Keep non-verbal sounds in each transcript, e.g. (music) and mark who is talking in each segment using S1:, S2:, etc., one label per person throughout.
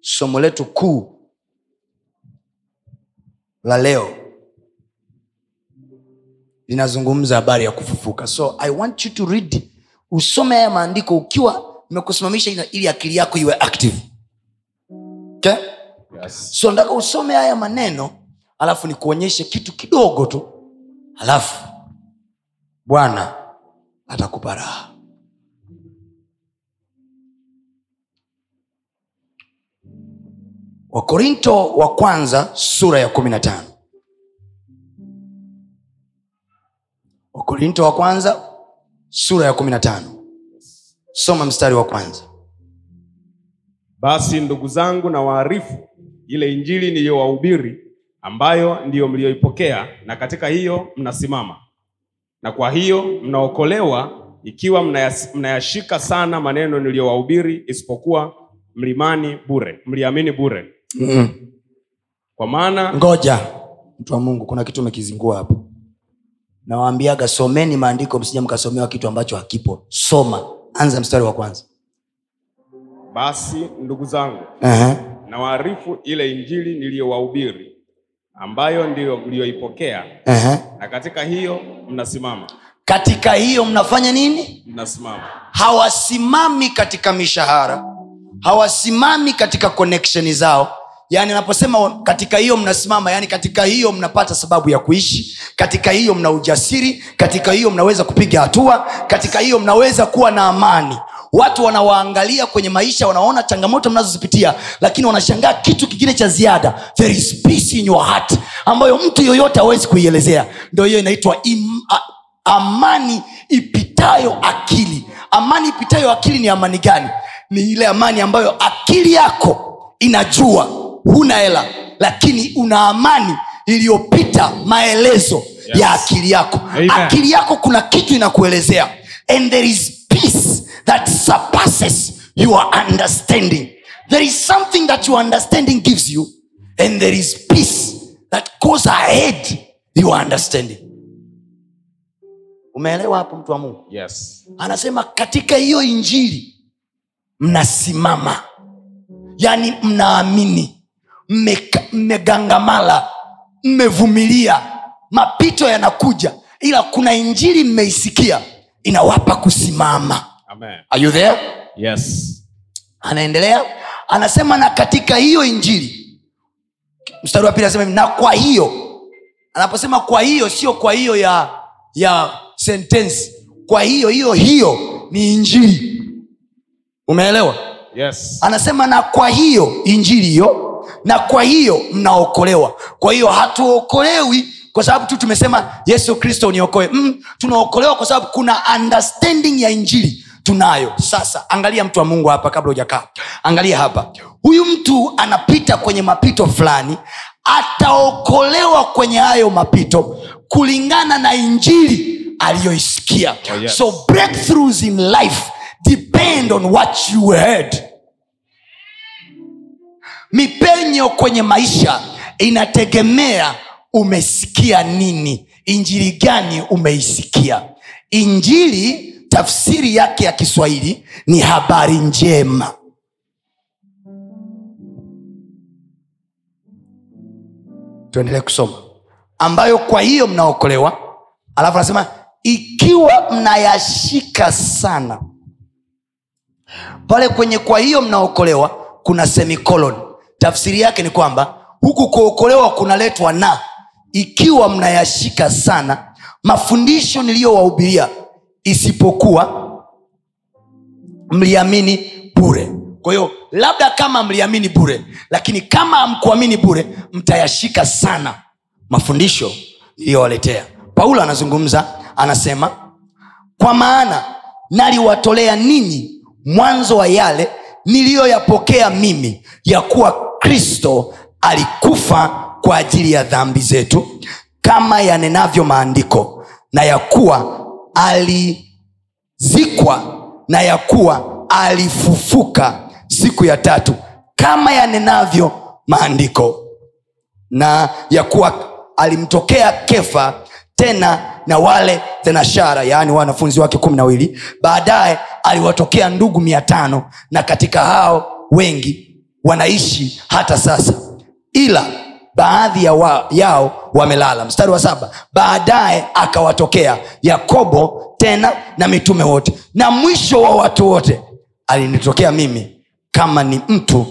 S1: somo letu kuu la leo linazungumza habari ya kufufuka. So I want you to read, usome haya maandiko ukiwa nimekusimamisha ina- ili akili yako iwe active okay?
S2: Yes.
S1: so nataka usome haya maneno alafu nikuonyeshe kitu kidogo tu alafu bwana atakupa raha wakorinto wa kwanza sura ya kumi na tano wakorinto wa kwanza sura ya kumi na tano soma mstari wa kwanza
S2: basi ndugu zangu na waarifu ile injili niliyowahubiri ambayo ndiyo mliyoipokea na katika hiyo mnasimama na kwa hiyo mnaokolewa ikiwa mnayas- mnayashika sana maneno niliyowahubiri isipokuwa mlimani bure mliamini bure
S1: mm-hmm.
S2: kwa maana
S1: ngoja mtu wa mungu kuna kitu umekizingua hapo nawaambiaga someni maandiko msija mkasomewa kitu ambacho hakipo soma anza mstari wa kwanza
S2: basi ndugu zangu
S1: uh-huh.
S2: na waarifu ile injili niliyowahubiri ambayo ndiyo mliyoipokea
S1: Uh-huh.
S2: na katika hiyo mnasimama
S1: katika hiyo mnafanya nini
S2: mnasimama
S1: hawasimami katika mishahara hawasimami katika connection zao yaani anaposema wa- katika hiyo mnasimama yaani katika hiyo mnapata sababu ya kuishi katika hiyo mna ujasiri katika hiyo mnaweza kupiga hatua katika hiyo mnaweza kuwa na amani watu wanawaangalia kwenye maisha wanaona changamoto mnazozipitia lakini wanashangaa kitu kingine cha ziada there is peace in your heart ambayo mtu yoyote hawezi kuielezea ndo hiyo inaitwa im- a- amani ipitayo akili amani ipitayo akili ni amani gani ni ile amani ambayo akili yako inajua huna hela lakini una amani iliyopita maelezo yes. ya akili yako
S2: Amen.
S1: akili yako kuna kitu inakuelezea and there is peace that surpasses your understanding there is something that your understanding gives you and there is peace that goes ahead your understanding umeelewa hapo mtu wa mungu
S2: yes
S1: anasema katika hiyo injili mnasimama yaani mnaamini mmeka- mmegangamala mmevumilia mapito yanakuja ila kuna injili mmeisikia inawapa kusimama
S2: amen
S1: Are you there?
S2: yes
S1: anaendelea anasema na katika hiyo injili mstari wa pili anasema hivi, na kwa hiyo anaposema kwa hiyo sio kwa hiyo ya ya sentensi kwa hiyo hiyo hiyo ni injili umeelewa
S2: yes
S1: anasema na kwa hiyo injili hiyo na kwa hiyo mnaokolewa kwa hiyo hatuokolewi kwa sababu tu tumesema yesu kristo uniokoe mm, tunaokolewa kwa sababu kuna understanding ya injili tunayo sasa angalia mtu wa mungu hapa kabla hujakaa angalia hapa huyu mtu anapita kwenye mapito fulani ataokolewa kwenye hayo mapito kulingana na injili aliyoisikia
S2: Oh, yes.
S1: so breakthroughs in life depend on what you heard mipenyo kwenye maisha inategemea umesikia nini injili gani umeisikia injili tafsiri yake ya kiswahili ni habari njema tuendelee kusoma ambayo kwa hiyo mnaokolewa alafu anasema ikiwa mnayashika sana pale kwenye kwa hiyo mnaokolewa kuna semicolon tafsiri yake ni kwamba huku kuokolewa kunaletwa na ikiwa mnayashika sana mafundisho niliyowahubiria isipokuwa mliamini bure kwa hiyo labda kama mliamini bure lakini kama hamkuamini bure mtayashika sana mafundisho niliyowaletea paulo anazungumza anasema kwa maana naliwatolea ninyi mwanzo wa yale niliyoyapokea mimi ya kuwa kristo alikufa kwa ajili ya dhambi zetu kama yanenavyo maandiko na ya kuwa alizikwa na ya kuwa alifufuka siku ya tatu kama yanenavyo maandiko na ya kuwa alimtokea kefa tena na wale thenashara yaani wanafunzi wake kumi na wawili baadaye aliwatokea ndugu mia tano na katika hao wengi wanaishi hata sasa ila baadhi ya wa, yao wamelala mstari wa saba baadaye akawatokea yakobo tena na mitume wote na mwisho wa watu wote alinitokea mimi kama ni mtu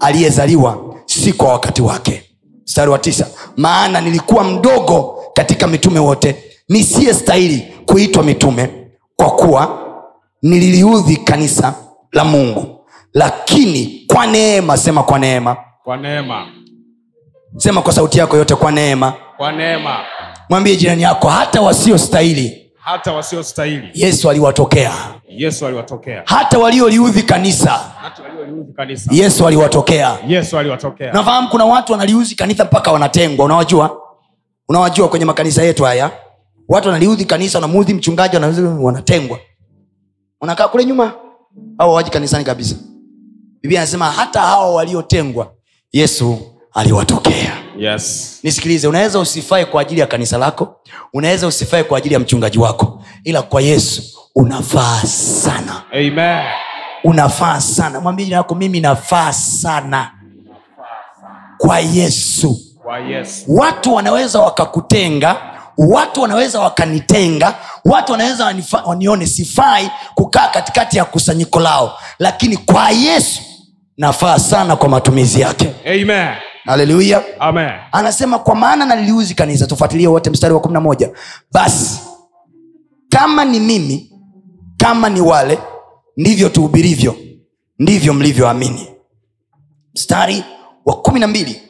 S1: aliyezaliwa si kwa wakati wake mstari wa tisa maana nilikuwa mdogo katika mitume wote nisiye stahili kuitwa mitume kwa kuwa nililiudhi kanisa la mungu lakini kwa neema sema kwa neema
S2: kwa neema
S1: sema kwa sauti yako yote kwa neema
S2: kwa neema
S1: mwambie jirani yako hata wasiostahili
S2: hata wasiostahili
S1: yesu aliwatokea
S2: yesu aliwatokea
S1: hata walioliudhi kanisa
S2: hata walioliudhi kanisa
S1: yesu aliwatokea
S2: yesu aliwatokea
S1: nafahamu kuna watu wanaliudhi kanisa mpaka wanatengwa unawajua unawajua kwenye makanisa yetu haya watu wanaliudhi kanisa wanamuudhi mchungaji wanamuudhi- wanatengwa wanakaa kule nyuma au waji kanisani kabisa biblia anasema hata hao waliotengwa yesu aliwatokea
S2: yes
S1: nisikilize unaweza usifae kwa ajili ya kanisa lako unaweza usifae kwa ajili ya mchungaji wako ila kwa yesu unafaa sana
S2: amen
S1: unafaa sana mwambie jina lako mimi nafaa sana kwa yesu
S2: kwa yesu
S1: watu wanaweza wakakutenga watu wanaweza wakanitenga watu wanaweza wanifa- wanione sifai kukaa katikati ya kusanyiko lao lakini kwa yesu nafaa sana kwa matumizi yake
S2: amen
S1: haleluya
S2: amen
S1: anasema kwa maana naliliuzi kanisa tufuatilie wote mstari wa 11 basi kama ni mimi kama ni wale ndivyo tuhubirivyo ndivyo mlivyoamini mstari wa kumi na mbili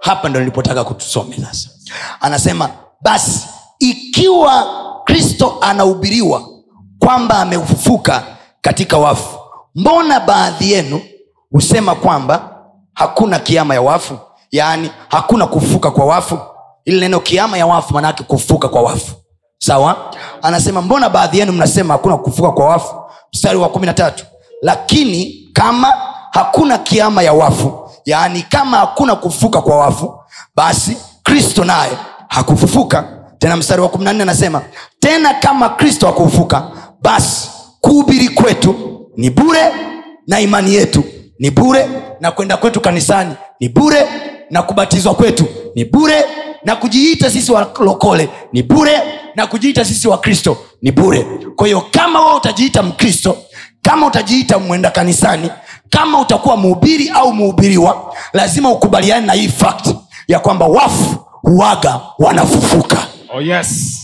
S1: hapa ndo nilipotaka kutusome sasa anasema basi ikiwa kristo anahubiriwa kwamba amefufuka katika wafu mbona baadhi yenu husema kwamba hakuna kiama ya wafu yaani hakuna kufufuka kwa wafu ili neno kiama ya wafu maanaake kufufuka kwa wafu sawa anasema mbona baadhi yenu mnasema hakuna kufufuka kwa wafu mstari wa kumi na tatu lakini kama hakuna kiama ya wafu yaani kama hakuna kufufuka kwa wafu basi kristo naye hakufufuka tena mstari wa kumi na nne anasema tena kama kristo hakufufuka basi kuhubiri kwetu ni bure na imani yetu ni bure na kwenda kwetu kanisani ni bure na kubatizwa kwetu ni bure na kujiita sisi walokole ni bure na kujiita sisi wakristo ni bure kwa hiyo kama wewe utajiita mkristo kama utajiita mwenda kanisani kama utakuwa mhubiri au mhubiriwa lazima ukubaliane na hii fact ya kwamba wafu huwaga wanafufuka
S2: oh yes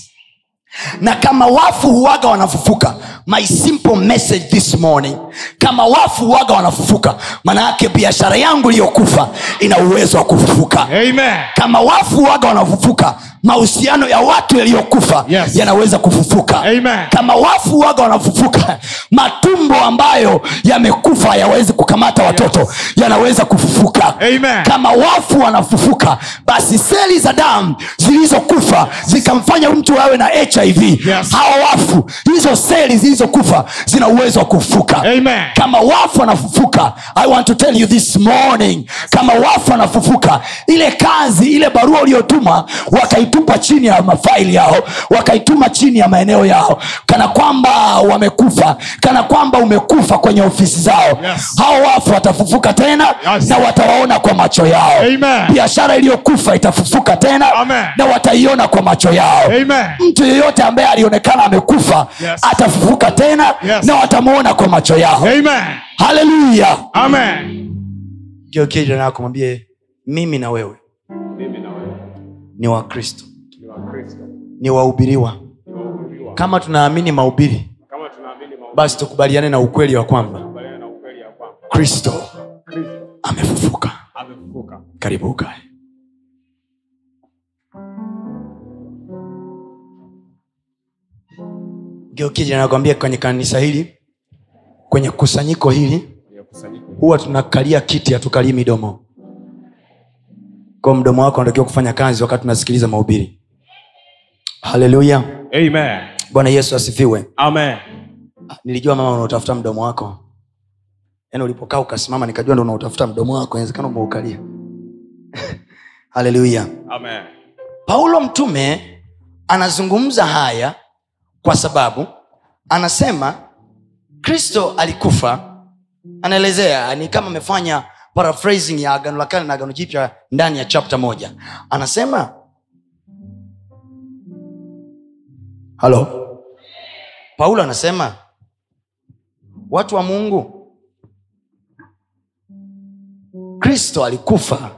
S1: na kama wafu huwaga wanafufuka my simple message this morning kama wafu huwaga wanafufuka maana yake biashara yangu iliyokufa ina uwezo wa kufufuka
S2: amen
S1: kama wafu waga wanafufuka mahusiano ya watu yaliyokufa
S2: Yes.
S1: yanaweza kufufuka
S2: Amen.
S1: kama wafu waga wanafufuka matumbo ambayo yamekufa hayawezi kukamata watoto yes. yanaweza kufufuka
S2: Amen.
S1: kama wafu wanafufuka basi seli za damu zilizokufa zikamfanya mtu awe na hiv
S2: Yes.
S1: hawa wafu hizo seli zilizokufa zina uwezo wa kufufuka
S2: Amen.
S1: kama wafu wanafufuka i want to tell you this morning kama wafu wanafufuka ile kazi ile barua uliyotuma wakaitupa chini ya mafaili yao wakaituma chini ya maeneo yao kana kwamba wamekufa kana kwamba umekufa kwenye ofisi zao
S2: Yes.
S1: hao wafu watafufuka tena
S2: Yes.
S1: na watawaona kwa macho yao
S2: Amen.
S1: biashara iliyokufa itafufuka tena
S2: Amen.
S1: na wataiona kwa macho yao
S2: Amen.
S1: mtu yeyote ambaye alionekana amekufa
S2: Yes.
S1: atafufuka tena
S2: Yes.
S1: na watamwona kwa macho yao
S2: amen
S1: haleluya
S2: amen
S1: geokee jirani yako mwambie mimi na wewe
S2: mimi na wewe
S1: ni wakristo
S2: ni wakristo
S1: ni wahubiriwa
S2: tumeokolewa
S1: kama tunaamini mahubiri
S2: kama tunaamini maombi
S1: basi tukubaliane na ukweli wa kwamba
S2: na ukweli ya kwamba
S1: kristo
S2: kristo
S1: amefufuka
S2: amefufuka
S1: karibu ukae geokee jirani yako mwambie kwenye kanisa hili kwenye kusanyiko hili
S2: kwenye kusanyiko
S1: huwa tunakalia kiti hatukalii midomo kwa mdomo wako unatakiwa kufanya kazi wakati unasikiliza mahubiri haleluya
S2: amen
S1: bwana yesu asifiwe
S2: amen
S1: Ah, nilijua mama unautafuta mdomo wako yaani ulipokaa ukasimama nikajua ndo unautafuta mdomo wako inawezekana umeukalia (laughs) haleluya
S2: amen
S1: paulo mtume anazungumza haya kwa sababu anasema kristo alikufa anaelezea ni kama amefanya paraphrasing ya agano la kale na agano jipya ndani ya chapta moja anasema halo paulo anasema watu wa mungu kristo alikufa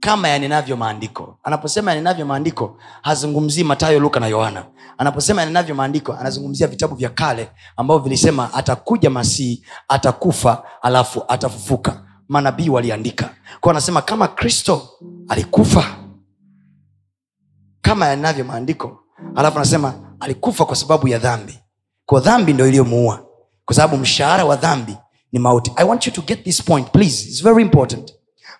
S1: kama yanenavyo maandiko anaposema yanenavyo maandiko hazungumzii matayo luka na yohana anaposema yanenavyo maandiko anazungumzia vitabu vya kale ambavyo vilisema atakuja masihi atakufa alafu atafufuka manabii waliandika kwao anasema kama kristo alikufa kama yanavyo maandiko alafu anasema alikufa kwa sababu ya dhambi kwa dhambi ndo iliyomuua kwa sababu mshahara wa dhambi ni mauti i want you to get this point please It's very important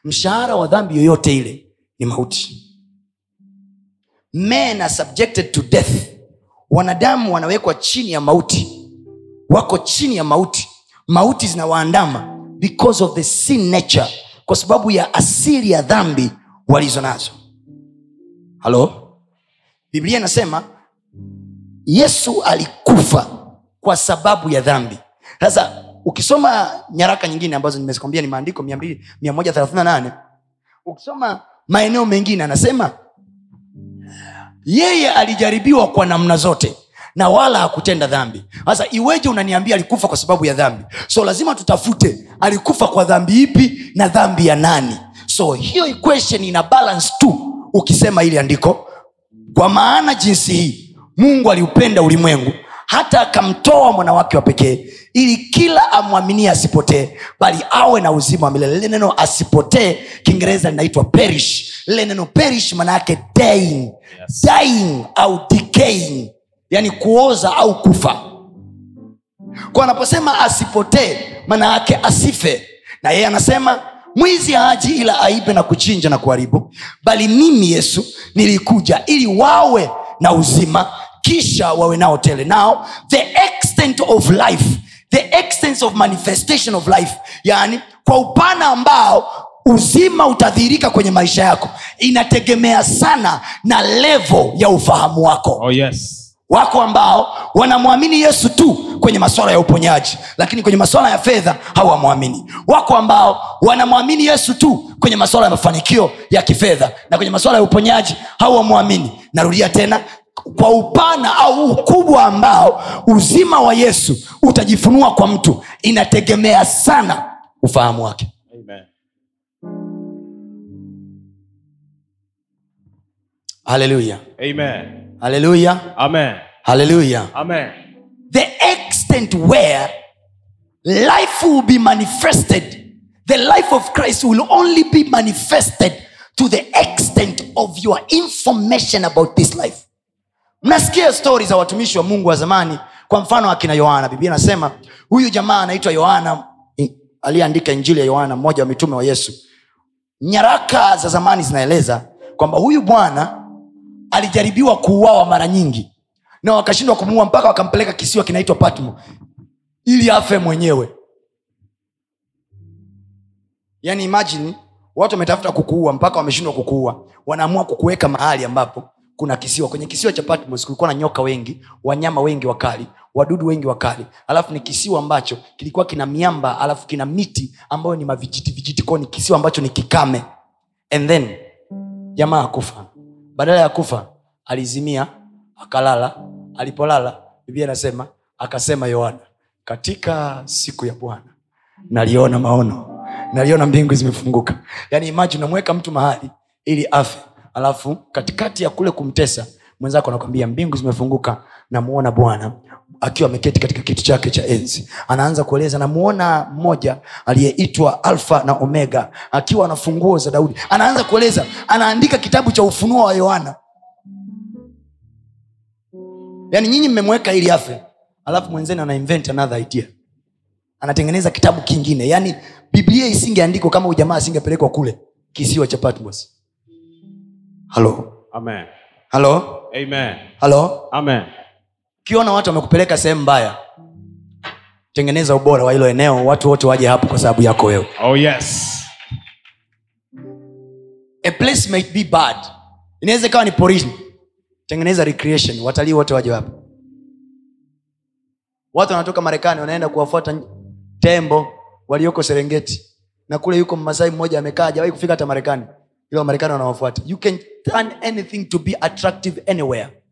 S1: mshahara wa dhambi yoyote ile ni mauti men are subjected to death wanadamu wanawekwa chini ya mauti wako chini ya mauti mauti zinawaandama because of the sin nature kwa sababu ya asili ya dhambi walizo nazo halo biblia inasema yesu alikufa kwa sababu ya dhambi sasa ukisoma nyaraka nyingine ambazo nimezikwambia ni maandiko 200 138 ukisoma maeneo mengine anasema yeye alijaribiwa kwa namna zote na wala hakutenda dhambi sasa iweje unaniambia alikufa kwa sababu ya dhambi so lazima tutafute alikufa kwa dhambi ipi na dhambi ya nani so hiyo equation ina balance tu ukisema ili andiko kwa maana jinsi hii mungu aliupenda ulimwengu hata akamtoa mwanawake wa pekee ili kila amwaminie asipotee bali awe na uzima wa milele lile neno asipotee kiingereza linaitwa perish lile neno perish maana yake dying
S2: Yes.
S1: dying au decaying yani kuoza au kufa kwa anaposema asipotee maana yake asife na yeye anasema mwizi haji ila aibe na kuchinja na kuharibu bali mimi yesu nilikuja ili wawe na uzima kisha wawe nao tele now the extent of life the extent of manifestation of life yani kwa upana ambao uzima utadhihirika kwenye maisha yako inategemea sana na levo ya ufahamu wako
S2: oh yes
S1: wako ambao wanamwamini yesu tu kwenye masuala ya uponyaji lakini kwenye masuala ya fedha hawamwamini wako ambao wanamwamini yesu tu kwenye masuala ya mafanikio ya kifedha na kwenye masuala ya uponyaji hawamwamini narudia tena kwa upana au ukubwa ambao uzima wa yesu utajifunua kwa mtu inategemea sana ufahamu wake
S2: amen
S1: haleluya
S2: amen
S1: haleluya
S2: amen
S1: haleluya
S2: amen
S1: the extent where life will be manifested the life of christ will only be manifested to the extent of your information about this life mnasikia stori za watumishi wa mungu wa zamani kwa mfano akina yohana biblia anasema huyu jamaa anaitwa yohana in- aliyeandika injili ya yohana mmoja wa mitume wa yesu nyaraka za zamani zinaeleza kwamba huyu bwana alijaribiwa kuuawa mara nyingi na wakashindwa kumuua mpaka wakampeleka kisiwa kinaitwa patmo ili afe mwenyewe yani Yaani imagine watu wametafuta kukuua mpaka wameshindwa kukuua wanaamua kukuweka mahali ambapo kuna kisiwa kwenye kisiwa cha patmos kulikuwa na nyoka wengi wanyama wengi wakali wadudu wengi wakali alafu ni kisiwa ambacho kilikuwa kina miamba alafu kina miti ambayo ni mavijiti vijiti kwao ni kisiwa ambacho ni kikame and then jamaa akufa badala ya kufa alizimia akalala alipolala biblia anasema akasema yohana katika siku ya bwana naliona maono naliona mbingu zimefunguka yaani imaji unamweka mtu mahali ili afe alafu katikati ya kule kumtesa mwenzako anakwambia mbingu zimefunguka namuona bwana akiwa ameketi katika kiti chake cha enzi anaanza kueleza namuona mmoja aliyeitwa alfa na omega akiwa na funguo za daudi anaanza kueleza anaandika kitabu cha ufunuo wa yohana yaani nyinyi mmemweka ili afe alafu mwenzeni ana invent another idea anatengeneza kitabu kingine yaani biblia isingeandikwa kama ujamaa asingepelekwa kule kisiwa cha patmos halo
S2: amen
S1: halo
S2: amen
S1: halo
S2: amen
S1: ukiona watu wamekupeleka sehemu mbaya tengeneza ubora wa hilo eneo watu wote waje hapo kwa sababu yako wewe
S2: oh yes
S1: a place might be bad inaweza ikawa ni porini tengeneza recreation watalii wote waje wapo watu wanatoka marekani wanaenda kuwafuata n- tembo walioko serengeti na kule yuko mmasai mmoja amekaa hajawahi kufika hata marekani ila wamarekani wanawafuata you can turn anything to be attractive anywhere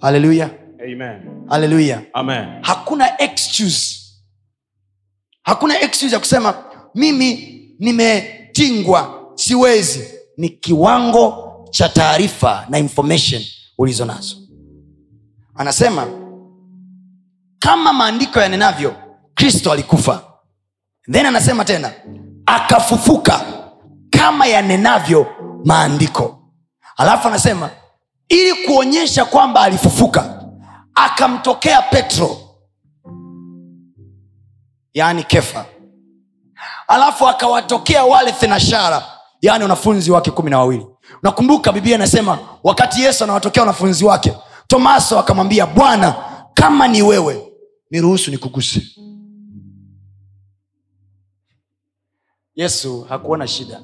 S1: haleluya
S2: amen
S1: haleluya
S2: amen
S1: hakuna excuse hakuna excuse ya kusema mimi nimetingwa siwezi ni kiwango cha taarifa na information ulizo nazo anasema kama maandiko yanenavyo kristo alikufa then anasema tena akafufuka kama yanenavyo maandiko alafu anasema ili kuonyesha kwamba alifufuka akamtokea petro yaani kefa alafu akawatokea wale thenashara yaani wanafunzi wake kumi na wawili nakumbuka biblia inasema wakati yesu anawatokea wanafunzi wake tomaso akamwambia bwana kama ni wewe niruhusu nikuguse yesu hakuona shida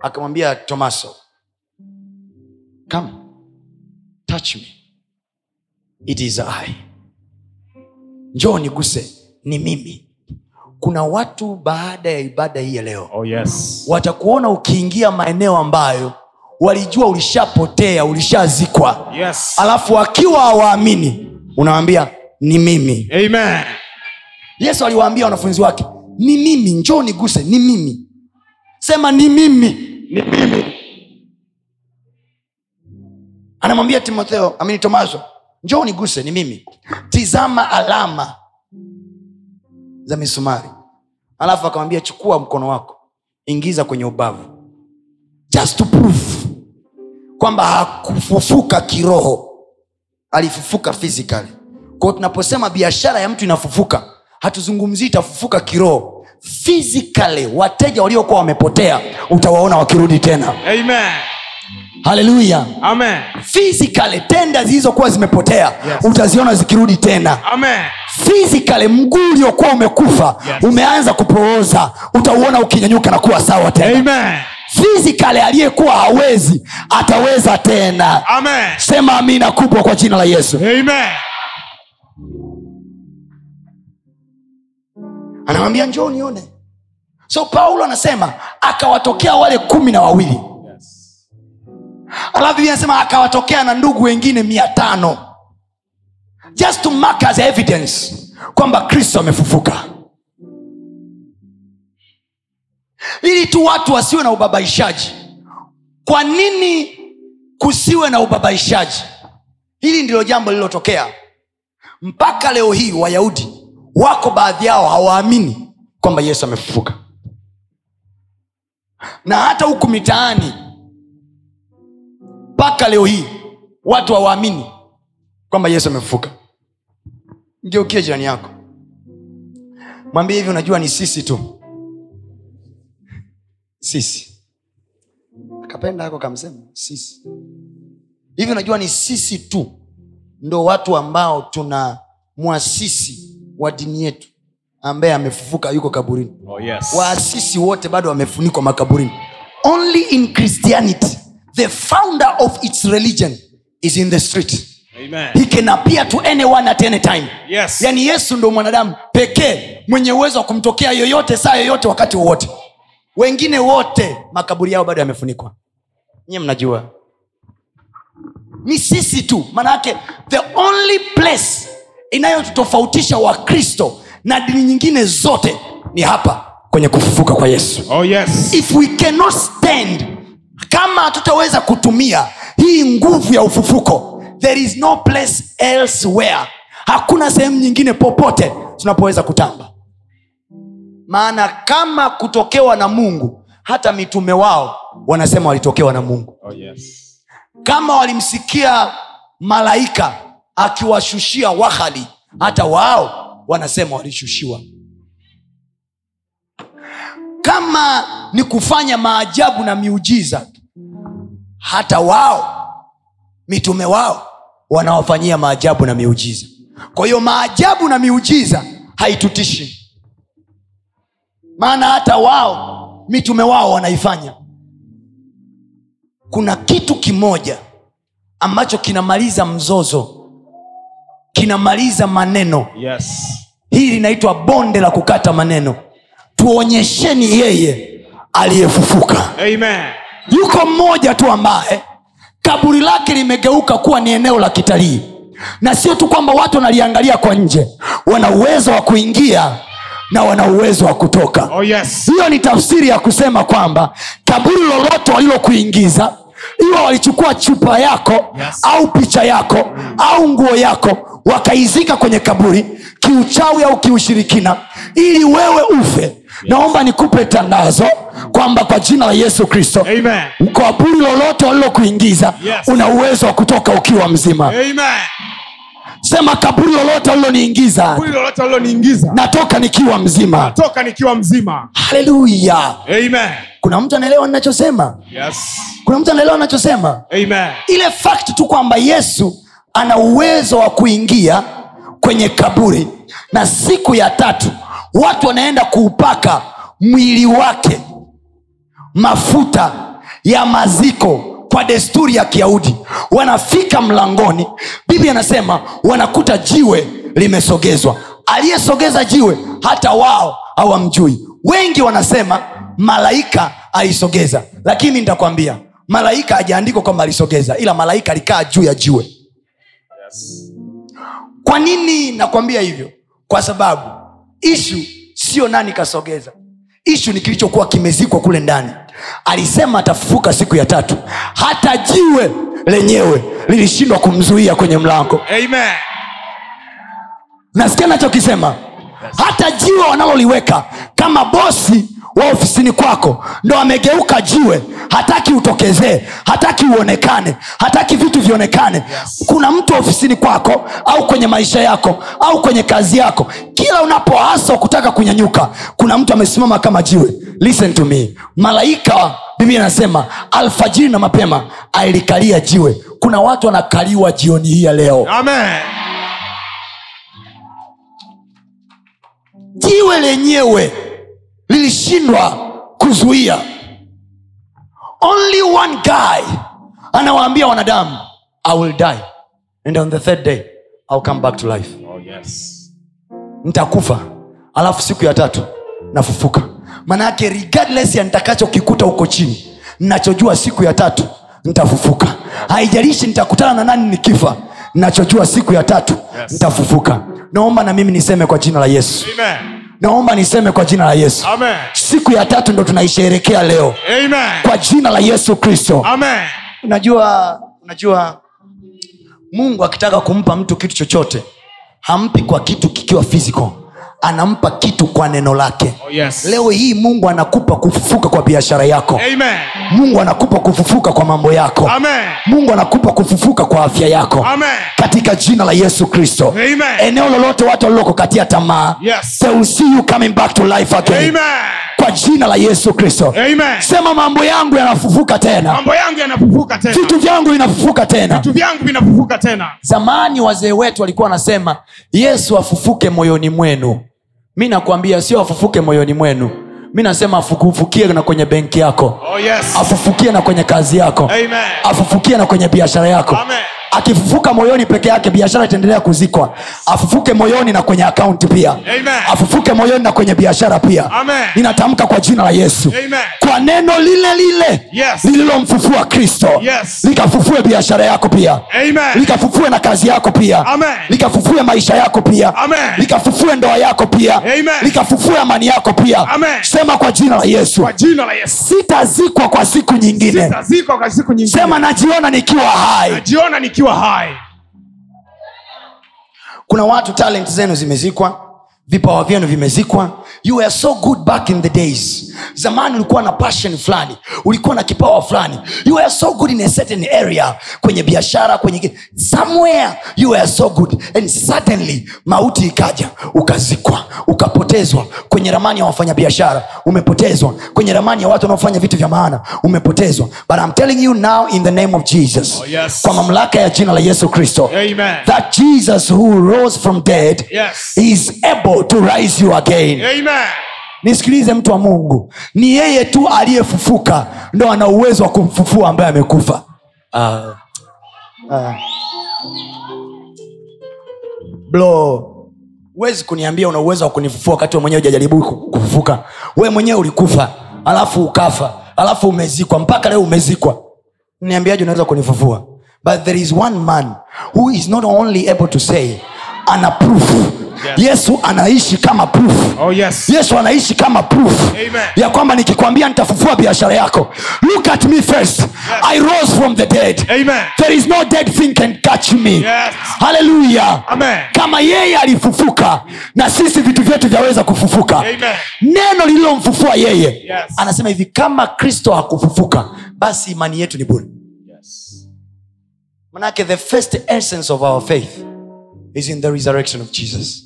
S1: akamwambia tomaso come touch me it is i njoo niguse ni mimi kuna watu baada ya ibada hii ya leo
S2: oh yes
S1: watakuona ukiingia maeneo ambayo walijua ulishapotea ulishazikwa
S2: yes
S1: alafu wakiwa hawaamini unawambia ni mimi
S2: amen
S1: yesu aliwaambia wanafunzi wake ni mimi njoo niguse ni mimi sema ni mimi
S2: ni mimi
S1: anamwambia timotheo amini tomaso njoo niguse ni mimi tizama alama za misumari alafu akamwambia chukua mkono wako ingiza kwenye ubavu just to prove kwamba hakufufuka kiroho alifufuka physically kwao tunaposema biashara ya mtu inafufuka hatuzungumzii itafufuka kiroho physically wateja waliokuwa wamepotea utawaona wakirudi tena
S2: amen
S1: haleluya
S2: amen
S1: physically tenda zilizokuwa zimepotea
S2: Yes.
S1: utaziona zikirudi tena
S2: amen
S1: physically mguu uliokuwa umekufa
S2: Yes.
S1: umeanza kupooza utauona ukinyanyuka na kuwa sawa tena
S2: amen
S1: physically aliyekuwa hawezi ataweza tena
S2: amen
S1: sema amina kubwa kwa jina la yesu
S2: amen
S1: anamwambia njoo nione so paulo anasema akawatokea wale kumi na wawili
S2: yes
S1: alafu biblia anasema akawatokea na ndugu wengine mia tano just to mark as evidence kwamba kristo amefufuka ili tu watu wasiwe na ubabaishaji kwa nini kusiwe na ubabaishaji hili ndilo jambo lililotokea mpaka leo hii wayahudi wako baadhi yao hawaamini kwamba yesu amefufuka na hata huku mitaani mpaka leo hii watu hawaamini kwamba yesu amefufuka ngeukie jirani yako mwambie hivi unajua ni sisi tu sisi akapenda ako kamsema sisi hivi unajua ni sisi tu ndo watu ambao tuna mwasisi wa dini yetu ambaye amefufuka yuko kaburini
S2: oh yes
S1: waasisi wote bado wamefunikwa makaburini only in christianity the founder of its religion is in the street he
S2: amen
S1: can appear to anyone at any time
S2: yes
S1: yani Yaani yesu ndo mwanadamu pekee mwenye uwezo wa kumtokea yoyote saa yoyote wakati wowote wengine wote makaburi yao bado yamefunikwa nyiye mnajua ni sisi tu maanayake the only place inayotutofautisha wakristo na dini nyingine zote ni hapa kwenye kufufuka kwa yesu
S2: oh yes
S1: if we cannot stand kama hatutaweza kutumia hii nguvu ya ufufuko there is no place elsewhere hakuna sehemu nyingine popote tunapoweza kutamba maana kama kutokewa na mungu hata mitume wao wanasema walitokewa na mungu
S2: oh yes
S1: kama walimsikia malaika akiwashushia wahali hata wao wanasema walishushiwa kama ni kufanya maajabu na miujiza hata wao mitume wao wanawafanyia maajabu na miujiza kwa hiyo maajabu na miujiza haitutishi maana hata wao mitume wao wanaifanya kuna kitu kimoja ambacho kinamaliza mzozo kinamaliza maneno
S2: yes
S1: hili linaitwa bonde la kukata maneno tuonyesheni yeye aliyefufuka
S2: amen
S1: yuko mmoja tu ambaye kaburi lake limegeuka kuwa ni eneo la kitalii na sio tu kwamba watu wanaliangalia kwa nje wana uwezo wa kuingia na wana uwezo wa kutoka
S2: oh yes
S1: hiyo ni tafsiri ya kusema kwamba kaburi lolote walilokuingiza iwa walichukua chupa yako
S2: Yes. Mm.
S1: au picha yako au nguo yako wakaizika kwenye kaburi kiuchawi au kiushirikina ili wewe ufe naomba nikupe tangazo kwamba kwa jina la yesu kristo
S2: amen
S1: kaburi lolote walilokuingiza
S2: Yes.
S1: una uwezo wa kutoka ukiwa mzima
S2: amen
S1: sema kaburi lolote waliloniingiza
S2: huyu lolote aliloniingiza
S1: natoka nikiwa mzima
S2: toka nikiwa mzima
S1: haleluya
S2: amen
S1: kuna mtu anaelewa ninachosema
S2: yes
S1: kuna mtu anaelewa nachosema
S2: amen
S1: ile fakti tu kwamba yesu ana uwezo wa kuingia kwenye kaburi na siku ya tatu watu wanaenda kuupaka mwili wake mafuta ya maziko kwa desturi ya kiyahudi wanafika mlangoni biblia anasema wanakuta jiwe limesogezwa aliyesogeza jiwe hata wao hawamjui wengi wanasema malaika alisogeza lakini mi nitakwambia malaika hajaandikwa kwamba alisogeza ila malaika alikaa juu ya jiwe
S2: yes
S1: kwa nini nakwambia hivyo kwa sababu ishu sio nani kasogeza ishu ni kilichokuwa kimezikwa kule ndani alisema atafufuka siku ya tatu hata jiwe lenyewe lilishindwa kumzuia kwenye mlango
S2: amen
S1: nasikia nachokisema hata jiwe wanaloliweka kama bosi wa ofisini kwako ndo amegeuka jiwe hataki utokezee hataki uonekane hataki vitu vionekane yes. kuna mtu ofisini kwako au kwenye maisha yako au kwenye kazi yako kila unapohaswa kutaka kunyanyuka kuna mtu amesimama kama jiwe listen to me malaika biblia inasema alfajiri na mapema alilikalia jiwe kuna watu wanakaliwa jioni hii ya leo
S2: amen
S1: jiwe lenyewe lilishindwa kuzuia only one guy anawaambia wanadamu i will die and on the third day ill come back to life
S2: oh yes
S1: nitakufa alafu siku ya tatu nafufuka manayake regardless ya nitakachokikuta huko chini nachojua siku ya tatu nitafufuka haijalishi nitakutana na nani nikifa nachojua siku ya tatu
S2: Yes.
S1: nitafufuka naomba na mimi niseme kwa jina la yesu
S2: amen
S1: naomba niseme kwa jina la yesu
S2: amen
S1: siku ya tatu ndo tunaisherekea leo
S2: amen
S1: kwa jina la yesu kristo
S2: amen
S1: unajua unajua mungu akitaka kumpa mtu kitu chochote hampi kwa kitu kikiwa physical anampa kitu kwa neno lake
S2: oh yes
S1: leo hii mungu anakupa kufufuka kwa biashara yako
S2: amen
S1: mungu anakupa kufufuka kwa mambo yako
S2: amen
S1: mungu anakupa kufufuka kwa afya yako
S2: amen
S1: katika jina la yesu kristo
S2: amen
S1: eneo lolote watu walilokukatia tamaa
S2: Yes.
S1: they will see you coming back to life again
S2: amen
S1: kwa jina la yesu kristo
S2: amen
S1: sema mambo yangu yanafufuka tena
S2: mambo yangu yanafufuka tena
S1: vitu vyangu vinafufuka tena
S2: vitu vyangu vinafufuka tena
S1: zamani wazee wetu walikuwa wanasema yesu afufuke moyoni mwenu mi nakwambia sio afufuke moyoni mwenu mi nasema afufukie na kwenye benki yako
S2: oh yes
S1: afufukie na kwenye kazi yako
S2: amen
S1: afufukie na kwenye biashara yako
S2: Amen.
S1: akifufuka moyoni peke yake biashara itaendelea kuzikwa afufuke moyoni na kwenye akaunti pia
S2: Amen.
S1: afufuke moyoni na kwenye biashara pia
S2: Amen.
S1: ninatamka kwa jina la yesu
S2: Amen.
S1: kwa neno lile lile
S2: Yes.
S1: lililomfufua kristo
S2: Yes.
S1: likafufue biashara yako pia
S2: amen
S1: likafufue na kazi yako pia
S2: Amen.
S1: likafufue maisha yako pia
S2: Amen.
S1: likafufue ndoa yako pia
S2: Amen.
S1: likafufue amani yako pia
S2: Amen.
S1: sema kwa jina la yesu
S2: kwa jina la yesu
S1: sitazikwa kwa siku nyingine
S2: sitazikwa kwa siku nyingine
S1: sema najiona nikiwa hai
S2: najiona nikiwa hai
S1: kuna watu talent zenu zimezikwa vipawa vyenu vimezikwa you were so good back in the days zamani ulikuwa na passion fulani ulikuwa na kipawa fulani you were so good in a certain area kwenye biashara kwenye ki- somewhere you were so good and suddenly mauti ikaja ukazikwa ukapoteza umepotezwa kwenye ramani ya wafanyabiashara umepotezwa kwenye ramani ya watu wanaofanya vitu vya maana umepotezwa but I'm telling you now in the name of jesus
S2: Oh, yes.
S1: kwa mamlaka ya jina la yesu kristo
S2: Amen.
S1: that jesus who rose from dead
S2: Yes.
S1: is able to rise you again
S2: Amen.
S1: nisikilize mtu wa mungu ni yeye tu aliyefufuka ndo ana uwezo wa kumfufua ambaye amekufa uh, uh. blo huwezi kuniambia una uwezo wa kunifufua wakati we mwenyewe ujajaribu ku- kufufuka we mwenyewe ulikufa alafu ukafa alafu umezikwa mpaka leo umezikwa niambiaje unaweza kunifufua but there is one man who is not only able to say ana proof
S2: Yes.
S1: yesu anaishi kama proof
S2: Oh, yes.
S1: yesu anaishi kama proof
S2: Amen.
S1: ya kwamba nikikwambia nitafufua biashara yako look at me first i rose from the dead
S2: Amen.
S1: there is no dead thing can catch me
S2: Yes.
S1: haleluya
S2: Amen.
S1: kama yeye alifufuka na sisi vitu vyetu vyaweza kufufuka
S2: Amen.
S1: neno lililomfufua yeye
S2: Yes.
S1: anasema hivi kama kristo hakufufuka basi imani yetu ni bure
S2: Yes.
S1: manake the first essence of our faith is in the resurrection of jesus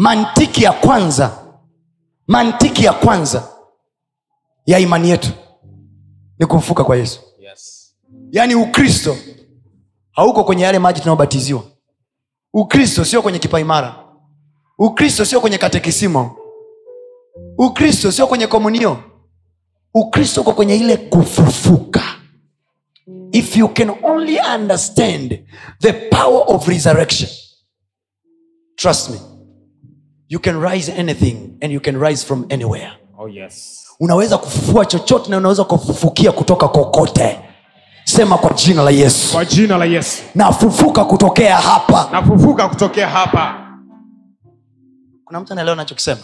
S1: mantiki ya kwanza mantiki ya kwanza ya imani yetu ni kufufuka kwa yesu
S2: Yes.
S1: yaani ukristo hauko kwenye yale maji tunayobatiziwa ukristo sio kwenye kipaimara ukristo sio kwenye katekisimo ukristo sio kwenye komunio ukristo uko kwenye ile kufufuka if you can only understand the power of resurrection trust me you can rise anything and you can rise from anywhere
S2: Oh, yes.
S1: unaweza kufufua chochote na unaweza kufufukia kutoka kokote sema kwa jina la yesu
S2: Kwa jina la Yesu.
S1: nafufuka kutokea hapa
S2: Nafufuka kutokea hapa.
S1: kuna mtu anaelewa nachokisema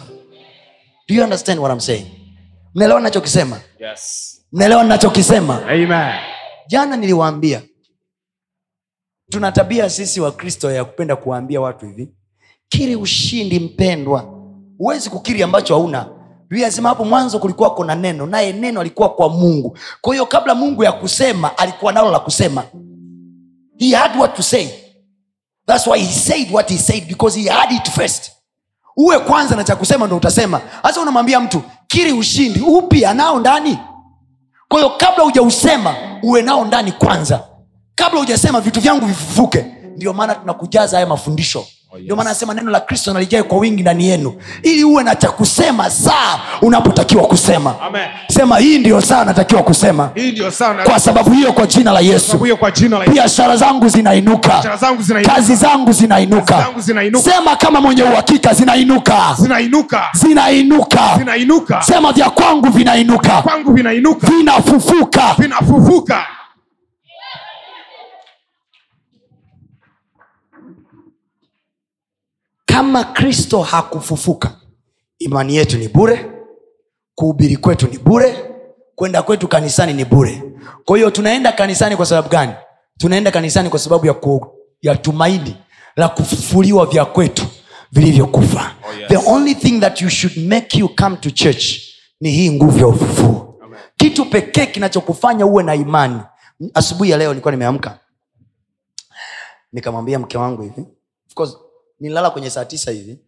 S1: do you understand what I'm saying mnaelewa nachokisema
S2: Yes.
S1: mnaelewa nachokisema
S2: Amen.
S1: jana niliwaambia tuna tabia sisi wakristo ya kupenda kuwaambia watu hivi kiri ushindi mpendwa huwezi kukiri ambacho hauna biblia anasema hapo mwanzo kulikuwa kuna neno naye neno alikuwa kwa mungu kwa hiyo kabla mungu ya kusema alikuwa nalo la kusema he had what to say thats why he said what he said because he had it first uwe kwanza na cha kusema ndo utasema hasa unamwambia mtu kiri ushindi upi anao ndani kwa hiyo kabla hujausema uwe nao ndani kwanza kabla hujasema vitu vyangu vifufuke ndio maana tunakujaza haya mafundisho ndio
S2: yes.
S1: maana anasema neno la kristo nalijae kwa wingi ndani yenu ili uwe na cha kusema saa unapotakiwa kusema
S2: Amen.
S1: sema hii ndiyo saa natakiwa kusema
S2: Hii ndio sana.
S1: kwa sababu hiyo kwa jina la yesu
S2: hiyo kwa jina la Yesu.
S1: biashara zangu
S2: Biashara
S1: zinainuka
S2: zangu zinainuka.
S1: kazi zangu
S2: Kazi
S1: zinainuka
S2: zangu zinainuka.
S1: sema kama mwenye uhakika zinainuka
S2: Zinainuka.
S1: zinainuka
S2: Zinainuka.
S1: sema vya kwangu vinainuka
S2: Kwangu vinainuka.
S1: vinafufuka
S2: Vinafufuka.
S1: kama kristo hakufufuka imani yetu ni bure kuhubiri kwetu ni bure kwenda kwetu kanisani ni bure kwa hiyo tunaenda kanisani kwa sababu gani tunaenda kanisani kwa sababu ya, ku, ya tumaini la kufufuliwa vya kwetu vilivyokufa
S2: Oh, yes.
S1: the only thing that you should make you come to church ni hii nguvu ya ufufuo kitu pekee kinachokufanya uwe na imani asubuhi ya leo nilikuwa nimeamka nikamwambia mke wangu hivi of course nililala kwenye saa tisa hivi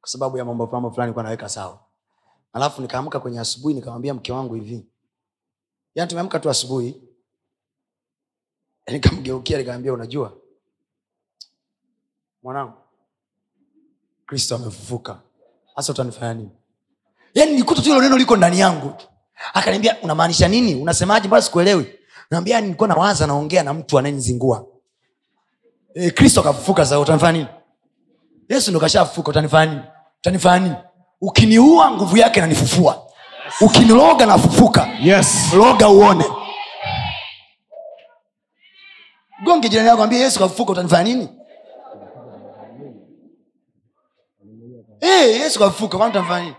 S1: kwa sababu ya mambo mambo fulani nilikuwa naweka sawa alafu nikaamka kwenye asubuhi nikamwambia mke wangu hivi yani tumeamka tu asubuhi Yaani nikamgeukia nikamwambia unajua mwanangu kristo amefufuka hasa utanifanya nini yani nikuta tu hilo neno liko ndani yangu akaniambia unamaanisha nini unasemaje mbona sikuelewi naambia nilikuwa nawaza naongea na mtu anayenizingua e, kristo akafufuka sasa utanifanya nini yesu ndo kashafufuka utanifanya nini utanifanya nini ukiniua nguvu yake nanifufua ukiniloga nafufuka
S2: Yes.
S1: loga uone gonge jirani yako ambia yesu kafufuka utanifanya nini hey, Eh, yesu kafufuka kwani utanifanya nini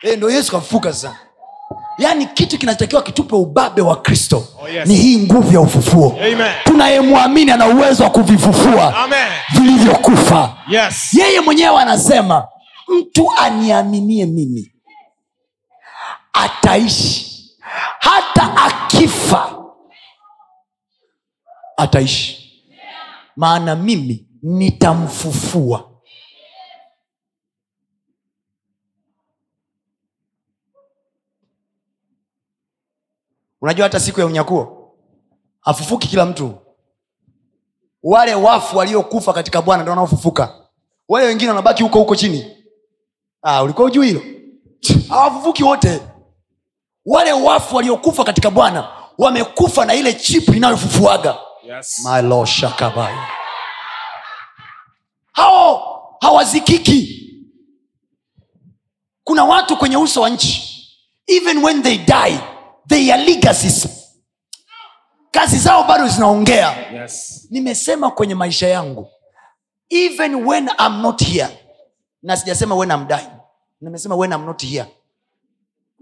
S1: hey, ndo yesu kafufuka sasa yaani kitu kinachotakiwa kitupe ubabe wa kristo
S2: Oh, yes.
S1: ni hii nguvu ya ufufuo
S2: Amen.
S1: tunayemwamini ana uwezo wa kuvifufua
S2: Amen.
S1: vilivyokufa
S2: Yes.
S1: yeye mwenyewe anasema mtu aniaminie mimi ataishi hata akifa ataishi maana mimi nitamfufua unajua hata siku ya unyakuo afufuki kila mtu wale wafu waliokufa katika bwana ndo wanaofufuka wale wengine wanabaki huko huko chini ah, ulikuwa ujui hilo hawafufuki wote wale wafu waliokufa katika bwana wamekufa na ile chipu inayofufuaga
S2: yes.
S1: My Lord, shakabai. hao hawazikiki kuna watu kwenye uso wa nchi even when they die their legacies kazi zao bado zinaongea
S2: yes.
S1: nimesema kwenye maisha yangu even when I'm not here na sijasema when I'm dying nimesema when I'm not here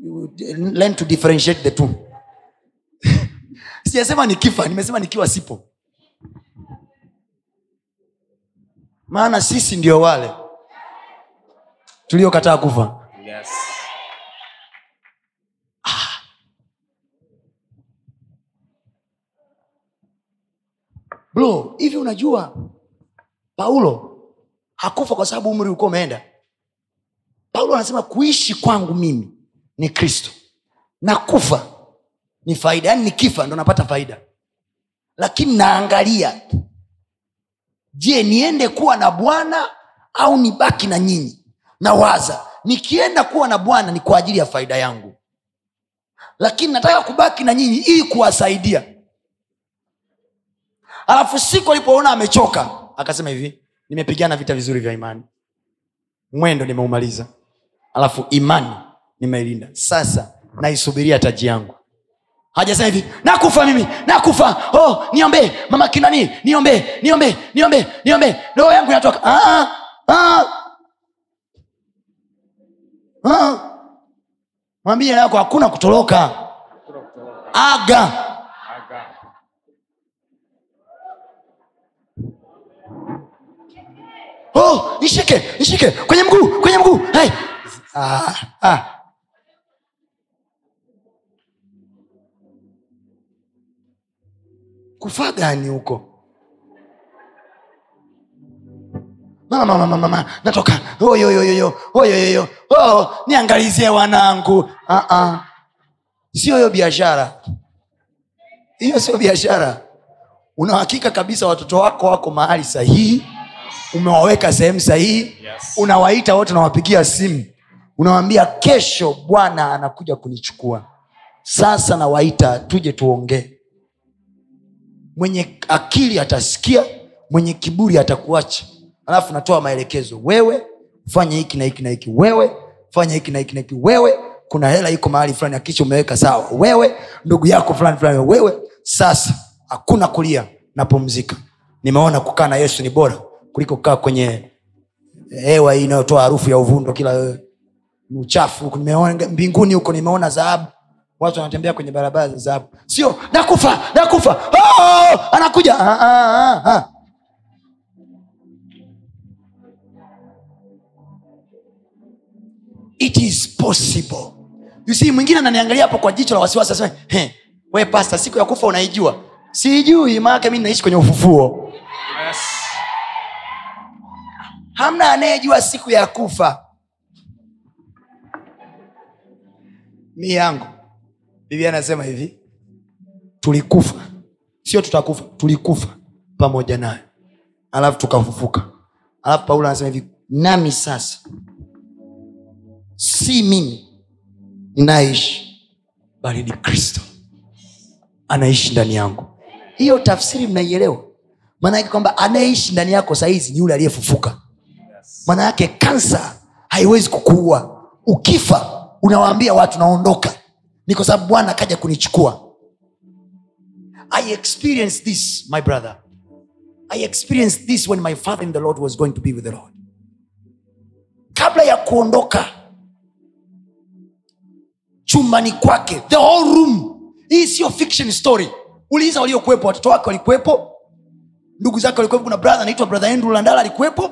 S1: You learn to differentiate the two (laughs) sijasema nikifa nimesema nikiwa sipo maana sisi ndio wale tuliokataa kufa
S2: Yes.
S1: bro hivi unajua paulo hakufa kwa sababu umri ulikuwa umeenda paulo anasema kuishi kwangu mimi ni kristo na kufa ni faida yaani nikifa ndo napata faida lakini naangalia je niende kuwa na bwana au nibaki na nyinyi nawaza nikienda kuwa na bwana ni kwa ajili ya faida yangu lakini nataka kubaki na nyinyi ili kuwasaidia alafu siku alipoona amechoka akasema hivi nimepigana vita vizuri vya imani mwendo nimeumaliza alafu imani nimeilinda sasa naisubiria taji yangu hajasema hivi nakufa mimi nakufa oh, niombee mama kinani niombee niombee niombee niombee roho yangu inatoka ah, ah, ah. Ah. mwambie yako hakuna kutoroka aga
S2: Aga.
S1: oh, nishike nishike kwenye mguu kwenye mguu hey. ah, ah. kufaa gani huko mama mama mama mama natoka oyoyoyoyo oyoyoyo oh, niangalizie wanangu ah, ah. sio hiyo biashara hiyo sio biashara unahakika kabisa watoto wako wako mahali sahihi umewaweka sehemu sahihi
S2: Yes.
S1: unawaita wote unawapigia simu unawambia kesho bwana anakuja kunichukua sasa nawaita tuje tuongee mwenye akili atasikia mwenye kiburi atakuacha alafu natoa maelekezo wewe fanya hiki na hiki na hiki wewe fanya hiki na hiki na hiki wewe kuna hela iko mahali fulani akisha umeweka sawa wewe ndugu yako fulani fulani wewe sasa hakuna kulia napumzika nimeona kukaa na yesu ni bora kuliko kukaa kwenye hewa hii inayotoa harufu ya uvundo kila uchafu huku nimeona mbinguni huko nimeona dhahabu watu wanatembea kwenye barabara za dhahabu sio nakufa nakufa oh, anakuja ah, ah, ah, ah. it is possible you see mwingine ananiangalia hapo kwa jicho la wasiwasi aseme "He, we pasta siku ya kufa unaijua siijui maake mi naishi kwenye ufufuo
S2: Yes.
S1: hamna anayejua siku ya kufa mi yangu biblia anasema hivi tulikufa sio tutakufa tulikufa pamoja naye alafu tukafufuka alafu paulo anasema hivi nami sasa si mimi ninayeishi bali ni kristo anaishi ndani yangu hiyo tafsiri mnaielewa maanake kwamba anayeishi ndani yako sahizi ni yule aliyefufuka maana yake kansa haiwezi kukuua ukifa unawaambia watu naondoka ni kwa sababu bwana akaja kunichukua i experienced this my brother i experienced this when my father in the lord was going to be with the lord kabla ya kuondoka chumbani kwake the whole room hii sio fiction story uliiza waliokuwepo watoto wake walikuwepo ndugu zake walikuwepo kuna brother anaitwa brother andrew landala alikuwepo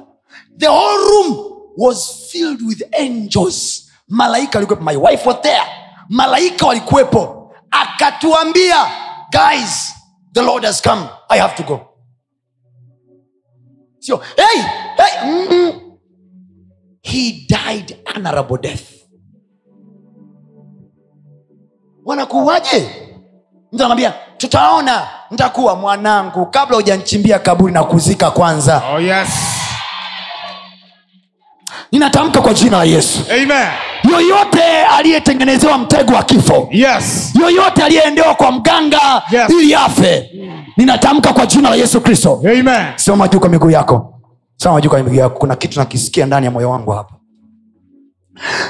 S1: the whole room was filled with angels malaika walikuwepo my wife was there malaika walikuwepo akatuambia guys the lord has come i have to go sio hey, hey, mm -mm. he died honorable death wanakuwaje mtu anakwambia tutaona ntakuwa mwanangu kabla hujanchimbia kaburi na kuzika kwanza
S2: Oh, yes.
S1: ninatamka kwa jina la yesu
S2: Amen.
S1: yoyote aliyetengenezewa mtego wa kifo
S2: Yes.
S1: yoyote aliyeendewa kwa mganga
S2: Yes.
S1: ili afe ninatamka kwa jina la yesu kristo
S2: Amen.
S1: soma juu kwa miguu yako soma juu kwa miguu yako kuna kitu nakisikia ndani ya moyo wangu hapa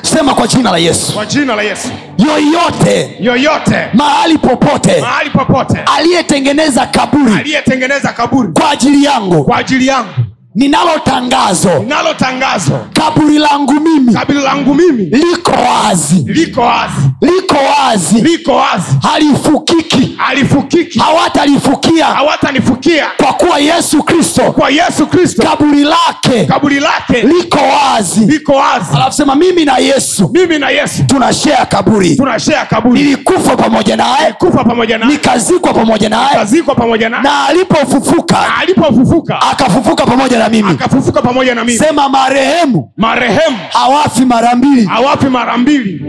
S1: sema kwa jina la yesu
S2: Kwa jina la Yesu.
S1: yoyote
S2: Yoyote
S1: mahali popote
S2: mahali popote
S1: aliyetengeneza kaburi
S2: aliyetengeneza kaburi
S1: kwa ajili yangu
S2: kwa ajili yangu
S1: ninalo tangazo
S2: nalo tangazo
S1: kaburi langu mimi
S2: kabili langu mimi
S1: liko wazi
S2: liko wazi
S1: liko wazi
S2: liko wazi
S1: halifukiki
S2: alifukiki
S1: hawatalifukia
S2: hawatanifukia
S1: kwa kuwa yesu kristo
S2: kwa yesu kristo
S1: kaburi lake
S2: kaburi lake
S1: liko wazi
S2: liko wazi
S1: alafu sema mimi na yesu
S2: mimi na yesu
S1: tunashea kaburi
S2: tunashea kaburi
S1: nilikufa pamoja naye
S2: kufa pamoja naye
S1: nikazikwa pamoja naye
S2: kazikwa pamoja naye
S1: na alipofufuka
S2: alipofufuka
S1: akafufuka pamoja na mimi
S2: akafufuka pamoja na mimi
S1: sema marehemu
S2: marehemu
S1: hawafi mara mbili
S2: awapi mara mbili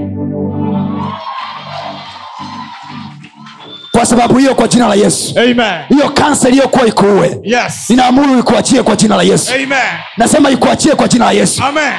S1: kwa sababu hiyo kwa jina la yesu
S2: amen
S1: hiyo kansa iliyokuwa ikuue
S2: yes
S1: ninaamuru ikuachie kwa jina la yesu
S2: amen
S1: nasema ikuachie kwa jina la yesu
S2: amen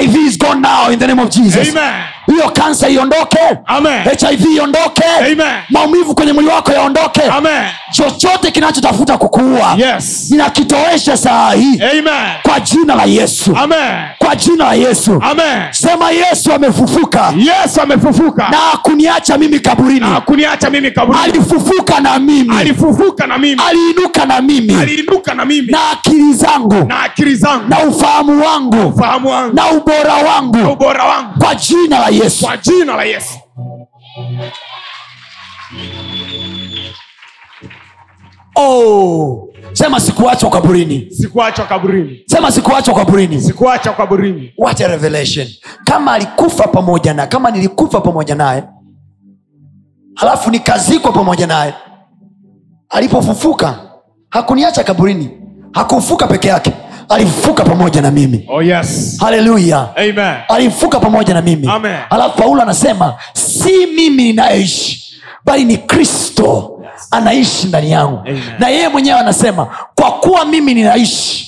S1: hiv is gone now in the name of jesus
S2: amen
S1: hiyo kansa iondoke
S2: amen
S1: hiv iondoke
S2: Amen.
S1: maumivu kwenye mwili wako yaondoke
S2: amen
S1: chochote kinachotafuta kukuua
S2: yes
S1: ninakitoesha saa hii
S2: amen
S1: kwa jina la yesu
S2: amen
S1: kwa jina la yesu
S2: amen
S1: sema yesu amefufuka
S2: yesu amefufuka
S1: na akuniacha mimi kaburini
S2: na kuniacha mimi kaburi
S1: alifufuka na mimi
S2: alifufuka na mimi
S1: aliinuka na mimi
S2: aliinuka na mimi
S1: na akili zangu
S2: na akili zangu
S1: na ufahamu wangu
S2: fahamu wangu
S1: na ubora
S2: na
S1: wangu
S2: ubora wangu
S1: kwa jina la yesu
S2: kwa jina la yesu
S1: oh. sema sikuachwa kaburini
S2: sikuachwa kaburini
S1: sema sikuachwa kaburini
S2: sikuachwa kaburini
S1: what a revelation kama alikufa pamoja na kama nilikufa pamoja naye halafu nikazikwa pamoja naye alipofufuka hakuniacha kaburini hakufuka peke yake alifufuka pamoja na mimi
S2: oh yes
S1: haleluya
S2: amen
S1: alifuka pamoja na mimi
S2: Amen.
S1: alafu paulo anasema si mimi ninayeishi bali ni kristo anaishi ndani yangu
S2: Amen.
S1: na yeye mwenyewe anasema kwa kuwa mimi ninaishi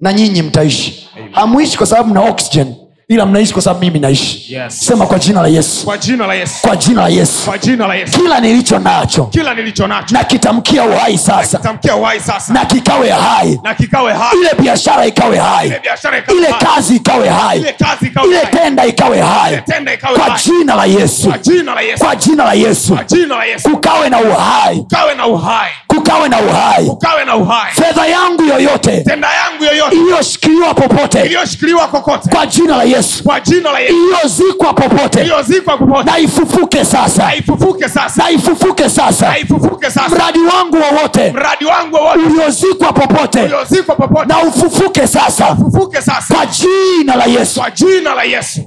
S1: na nyinyi mtaishi hamuishi kwa sababu mna oxygen ila mnaishi kwa sababu mimi naishi
S2: Yes.
S1: sema kwa jina la yesu
S2: kwa jina la yesu
S1: kwa jina la yesu
S2: kwa jina la yesu
S1: kila nilicho nacho
S2: kila nilicho nacho
S1: na kitamkia uhai sasa
S2: tamkia uhai sasa
S1: na kikawe hai
S2: na kikawe hai
S1: ile biashara ikawe hai
S2: ile biashara ikawe
S1: ile
S2: hai.
S1: kazi ikawe
S2: ile
S1: hai
S2: kazi ikawe
S1: ile
S2: hai.
S1: tenda ikawe hai
S2: Ile tenda ikawe
S1: kwa
S2: hai.
S1: jina la yesu
S2: kwa jina la yesu
S1: kwa jina la yesu
S2: kwa jina la yesu
S1: kukawe na uhai
S2: ukawe na uhai
S1: kukawe na uhai
S2: ukawe na uhai
S1: fedha yangu yoyote
S2: tenda yangu yoyote
S1: iliyoshikiliwa popote
S2: iliyoshikiliwa kokote
S1: kwa jina la yesu
S2: kwa jina la yesu
S1: iliyozikwa popote
S2: iliyozikwa kokote
S1: na ifufuke sasa
S2: aifufuke sasa
S1: na ifufuke sasa
S2: aifufuke sasa
S1: mradi wangu wowote
S2: mradi wangu wowote
S1: uliozikwa popote
S2: uliozikwa popote
S1: na ufufuke sasa
S2: ufufuke sasa
S1: kwa jina la yesu
S2: kwa jina la yesu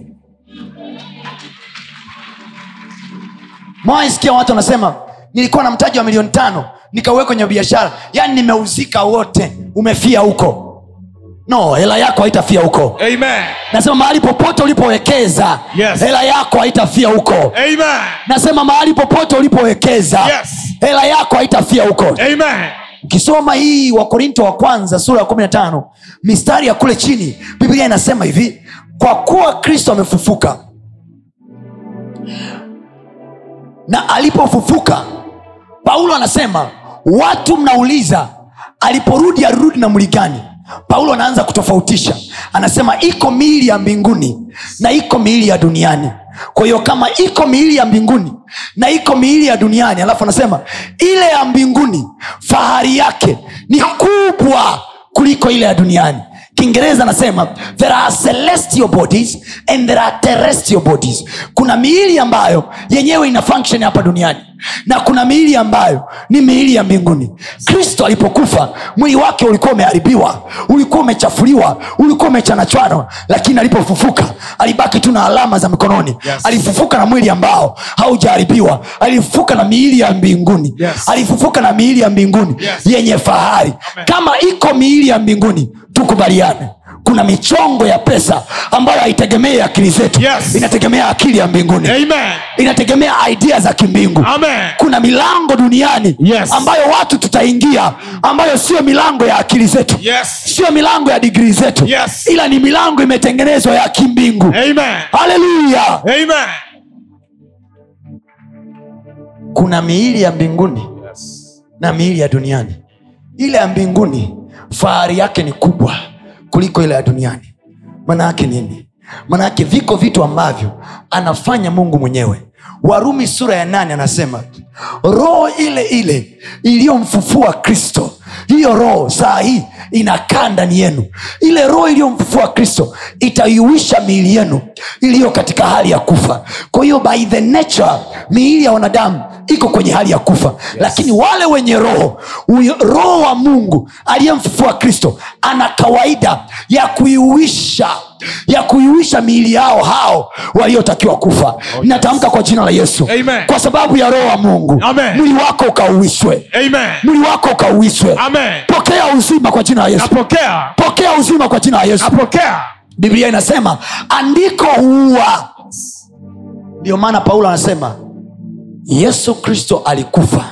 S1: mwaisikia watu wanasema nilikuwa na mtaji wa milioni tano nikauweka kwenye biashara yaani nimeuzika wote umefia huko no hela yako haitafia huko
S2: amen
S1: nasema mahali popote ulipowekeza
S2: Yes.
S1: hela yako haitafia huko
S2: amen
S1: nasema mahali popote ulipowekeza
S2: Yes. Eh.
S1: hela yako haitafia huko
S2: amen
S1: ukisoma hii wakorinto wa kwanza sura ya 15 mistari ya kule chini biblia inasema hivi kwa kuwa kristo amefufuka na alipofufuka paulo anasema watu mnauliza aliporudi arudi na mwili gani paulo anaanza kutofautisha anasema iko miili ya mbinguni na iko miili ya duniani kwa hiyo kama iko miili ya mbinguni na iko miili ya duniani alafu anasema ile ya mbinguni fahari yake ni kubwa kuliko ile ya duniani kiingereza anasema there are celestial bodies and there are terrestrial bodies kuna miili ambayo yenyewe ina function hapa duniani na kuna miili ambayo ni miili ya mbinguni kristo alipokufa mwili wake ulikuwa umeharibiwa ulikuwa umechafuliwa ulikuwa umechanachwanwa lakini alipofufuka alibaki tu na alama za mikononi
S2: Yes.
S1: alifufuka na mwili ambao haujaharibiwa alifufuka na miili ya mbinguni
S2: Yes.
S1: alifufuka na miili ya mbinguni
S2: Yes.
S1: yenye fahari
S2: Amen.
S1: kama iko miili ya mbinguni tukubaliane kuna michongo ya pesa ambayo haitegemei akili zetu
S2: Yes.
S1: inategemea akili ya mbinguni
S2: Amen.
S1: inategemea idea za kimbingu
S2: Amen.
S1: kuna milango duniani
S2: Ah. Yes.
S1: ambayo watu tutaingia ambayo sio milango ya akili zetu
S2: Yes.
S1: sio milango ya digrii zetu
S2: Yes.
S1: ila ni milango imetengenezwa ya kimbingu
S2: Amen.
S1: haleluya
S2: Amen.
S1: kuna miili ya mbinguni
S2: Yes.
S1: na miili ya duniani ile ya mbinguni fahari yake ni kubwa kuliko ile ya duniani manaake nini manaake viko vitu ambavyo anafanya mungu mwenyewe warumi sura ya nane anasema roho ile ile iliyomfufua kristo hiyo roho saa hii inakaa ndani yenu ile roho iliyomfufua kristo itaiuisha miili yenu iliyo katika hali ya kufa kwa hiyo by the nature miili ya wanadamu iko kwenye hali ya kufa yes. lakini wale wenye roho uyo- roho wa mungu aliyemfufua kristo ana kawaida ya kuiuisha ya kuiuisha miili yao hao waliotakiwa kufa oh, natamka kwa jina la yesu
S2: Amen.
S1: kwa sababu ya roho wa mungu
S2: Amen.
S1: mwili wako ukauishwe
S2: Amen.
S1: mwili wako ukauishwe
S2: Amen.
S1: pokea uzima kwa jina la yesu
S2: Napokea.
S1: pokea uzima kwa jina la yesu
S2: Napokea.
S1: biblia inasema andiko huua ndiyo maana paulo anasema yesu kristo alikufa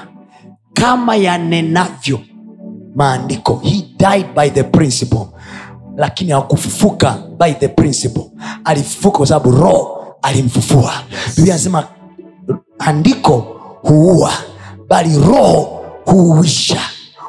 S1: kama yanenavyo maandiko he died by the principle lakini hakufufuka by the principle alifufuka kwa sababu roho alimfufua biblia anasema andiko huua bali roho huuisha